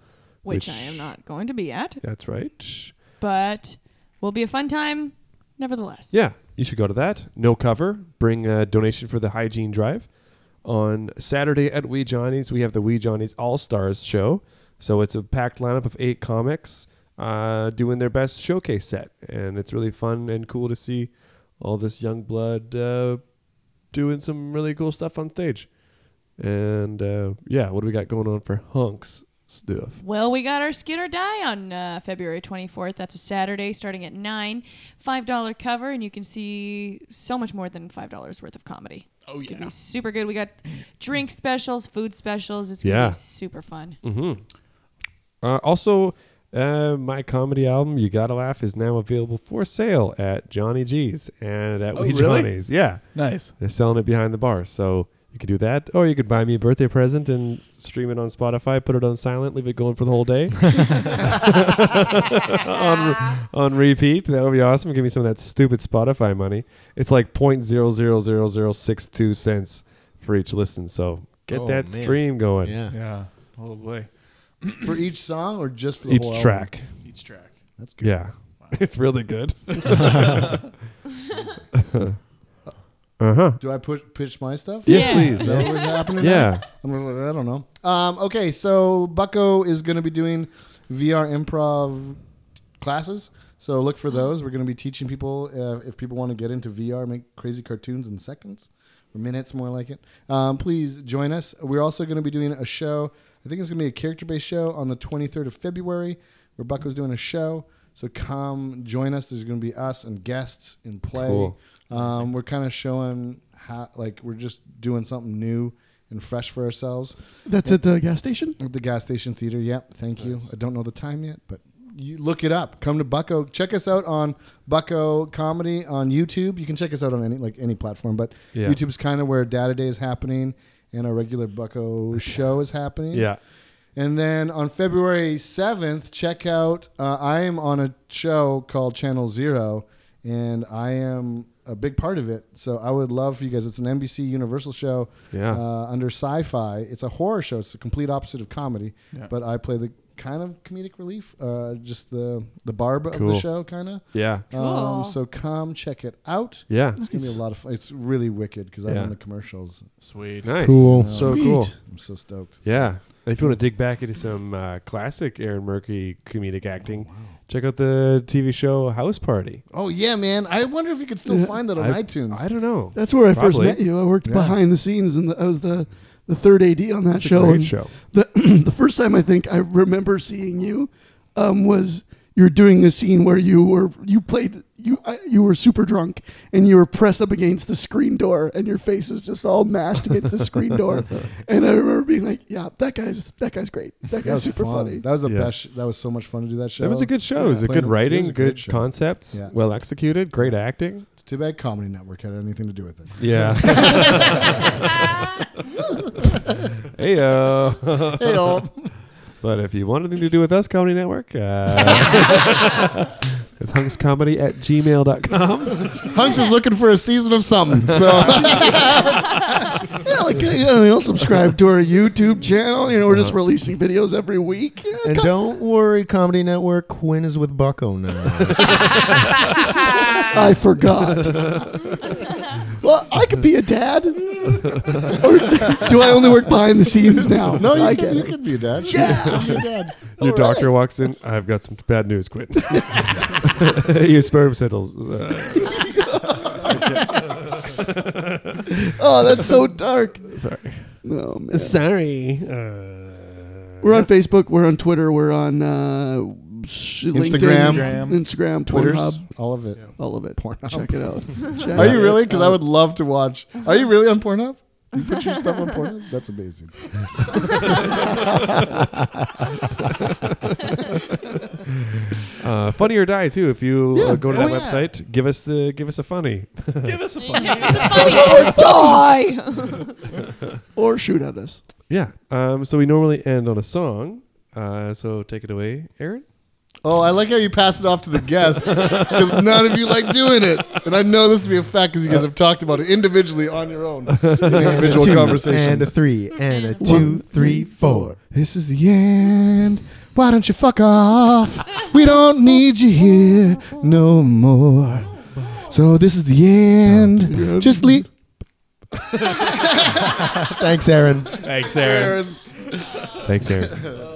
Speaker 5: which, I
Speaker 3: Which-
Speaker 5: am not going to be at,
Speaker 3: That's right.
Speaker 5: but will be a fun time nevertheless.
Speaker 3: Yeah, you should go to that. No cover. Bring a donation for the hygiene drive. On Saturday at Wee Johnny's, we have the Wee Johnny's All Stars show. So it's a packed lineup of eight comics uh, doing their best showcase set. And it's really fun and cool to see all this young blood uh, doing some really cool stuff on stage. And uh, yeah, what do we got going on for hunks stuff?
Speaker 5: Well, we got our Skid or Die on uh, February 24th. That's a Saturday starting at 9. $5 cover, and you can see so much more than $5 worth of comedy. Oh, it's yeah. gonna be super good. We got drink specials, food specials. It's gonna
Speaker 3: Yeah.
Speaker 5: be super fun.
Speaker 3: Uh, also, uh, my comedy album "You Gotta Laugh" is now available for sale at Johnny G's and
Speaker 7: Oh,
Speaker 3: at Wee
Speaker 6: really?
Speaker 3: Johnny's. Yeah,
Speaker 6: Nice.
Speaker 3: they're selling it behind the bar, so you could do that, or you could buy me a birthday present and stream it on Spotify, put it on silent, leave it going for the whole day on re- on repeat. That would be awesome. Give me some of that stupid Spotify money. It's like point zero zero zero zero six two cents for each listen. So get
Speaker 7: Oh,
Speaker 3: that
Speaker 7: man.
Speaker 3: stream going.
Speaker 7: Yeah.
Speaker 6: Yeah. Oh boy.
Speaker 4: for each song or just for the whole
Speaker 3: Each
Speaker 4: album?
Speaker 3: track.
Speaker 6: Each track.
Speaker 4: That's good.
Speaker 3: Yeah. It's really good. uh huh.
Speaker 4: Do I push pitch my stuff?
Speaker 3: Yes,
Speaker 5: Yeah.
Speaker 4: Is
Speaker 3: please.
Speaker 4: that what's happening?
Speaker 3: Yeah.
Speaker 4: I'm like, I don't know. Um, okay, so Bucko is going to be doing VR improv classes. So look for those. We're going to be teaching people uh, if people want to get into VR, make crazy cartoons in seconds or minutes, more like it. Um, please join us. We're also going to be doing a show. I think it's going to be a character based show on the 23rd of February where Bucko's doing a show. So come join us. There's going to be us and guests in play.
Speaker 3: Cool.
Speaker 4: Um, we're kind of showing how, like, we're just doing something new and fresh for ourselves.
Speaker 2: That's at the gas station.
Speaker 4: At The gas station theater. Yep. Thank you. I don't know the time yet, but you look it up. Come to Bucko. Check us out on Bucko Comedy on YouTube. You can check us out on any like any platform, but
Speaker 3: Yeah.
Speaker 4: YouTube's kind of where Data Day is happening and our regular Bucko show is happening.
Speaker 3: Yeah.
Speaker 4: And then on February 7th, check out uh, I am on a show called Channel Zero, and I am a big part of it. So I would love for you guys. It's an NBC Universal show
Speaker 3: Yeah.
Speaker 4: uh, under sci fi. It's a horror show, it's the complete opposite of comedy, but I play the kind of comedic relief, uh, just the, the barb of
Speaker 3: Cool.
Speaker 4: the show, kind of.
Speaker 3: Yeah.
Speaker 4: Um,
Speaker 5: Cool.
Speaker 4: so come check it out.
Speaker 3: Yeah.
Speaker 4: It's going to be a lot of fun. It's really wicked because I'm
Speaker 3: Yeah.
Speaker 4: on the commercials.
Speaker 6: Sweet.
Speaker 3: Nice.
Speaker 4: Cool.
Speaker 3: So cool.
Speaker 4: I'm so stoked.
Speaker 3: Yeah. And if you want to dig back into some uh, classic Aaron Murphy comedic acting, check out the TV show House Party.
Speaker 4: Oh, yeah, man. I wonder if you could still
Speaker 2: Yeah.
Speaker 4: find that on
Speaker 3: I-
Speaker 4: iTunes.
Speaker 3: I don't know.
Speaker 2: That's where I first
Speaker 3: Probably.
Speaker 2: met you. I worked
Speaker 4: Yeah.
Speaker 2: behind the scenes, and the, I was the the third AD on that
Speaker 3: It's a
Speaker 2: show.
Speaker 3: great
Speaker 2: and
Speaker 3: show.
Speaker 2: The the first time I think I remember seeing you um, was you were doing a scene where you were you played you I, you were super drunk and you were pressed up against the screen door and your face was just all mashed against the screen door and I remember being like yeah that guy's that guy's great that
Speaker 4: That
Speaker 2: guy's
Speaker 4: was
Speaker 2: super
Speaker 4: fun.
Speaker 2: funny
Speaker 4: That was the
Speaker 3: Yeah.
Speaker 4: best. sh- That was so much fun to do that show.
Speaker 3: That was a good show.
Speaker 4: Yeah.
Speaker 3: It was a good
Speaker 4: Playing a- it was
Speaker 3: writing,
Speaker 4: a
Speaker 3: good,
Speaker 4: good show.
Speaker 3: concepts,
Speaker 4: Yeah.
Speaker 3: well executed, great acting.
Speaker 4: It's too bad Comedy Network had anything to do with it.
Speaker 3: Yeah. hey,
Speaker 4: Hey, all.
Speaker 3: But if you want anything to do with us, Comedy Network, uh, it's hunkscomedy at gmail.com.
Speaker 4: Hunks is looking for a season of something. So
Speaker 2: yeah like you know, you'll subscribe to our YouTube channel you know we're just
Speaker 4: Uh-huh.
Speaker 2: releasing videos every week You know,
Speaker 7: And
Speaker 2: come-
Speaker 7: don't worry, Comedy Network. Quinn is with Bucko now.
Speaker 2: I forgot. well, I could be a dad. or do I only work behind the scenes now?
Speaker 4: no,
Speaker 2: I
Speaker 4: you
Speaker 2: get
Speaker 4: can, you
Speaker 2: it.
Speaker 4: can be that.
Speaker 3: Your doctor walks in. I've got some bad news, Quinn. Your sperm settles. Uh,
Speaker 2: Oh, that's so dark.
Speaker 3: sorry.
Speaker 2: Oh, man.
Speaker 3: Sorry.
Speaker 2: We're on Facebook. We're on Twitter. We're on uh, sh- LinkedIn,
Speaker 4: Instagram.
Speaker 2: Instagram,
Speaker 4: Twitter's,
Speaker 2: Pornhub,
Speaker 4: all of it.
Speaker 2: all of it. Check it out. Check
Speaker 4: Are you
Speaker 2: it
Speaker 4: really? Because I
Speaker 2: out.
Speaker 4: would love to watch. Are you really on Pornhub? You put your stuff on Pornhub? That's amazing.
Speaker 3: Uh, funny or die too. If you uh, go to
Speaker 4: Oh,
Speaker 3: that
Speaker 4: yeah.
Speaker 3: website, give us the give us a funny.
Speaker 6: Give us a
Speaker 5: It's a funny die.
Speaker 2: or shoot at us.
Speaker 3: Yeah. Um, so we normally end on a song. Uh, so take it away, Aaron.
Speaker 4: Oh, I like how you pass it off to the guest because none of you like doing it. And I know this to be a fact because you guys have talked about it individually on your own in individual
Speaker 9: And a
Speaker 4: conversations.
Speaker 9: three, and a
Speaker 6: One,
Speaker 9: two, three, four.
Speaker 4: This is the end. Why don't you fuck off? We don't need you here no more. So this is the end. Just leave.
Speaker 9: Thanks, Aaron.
Speaker 6: Thanks, Aaron.
Speaker 3: Thanks, Aaron.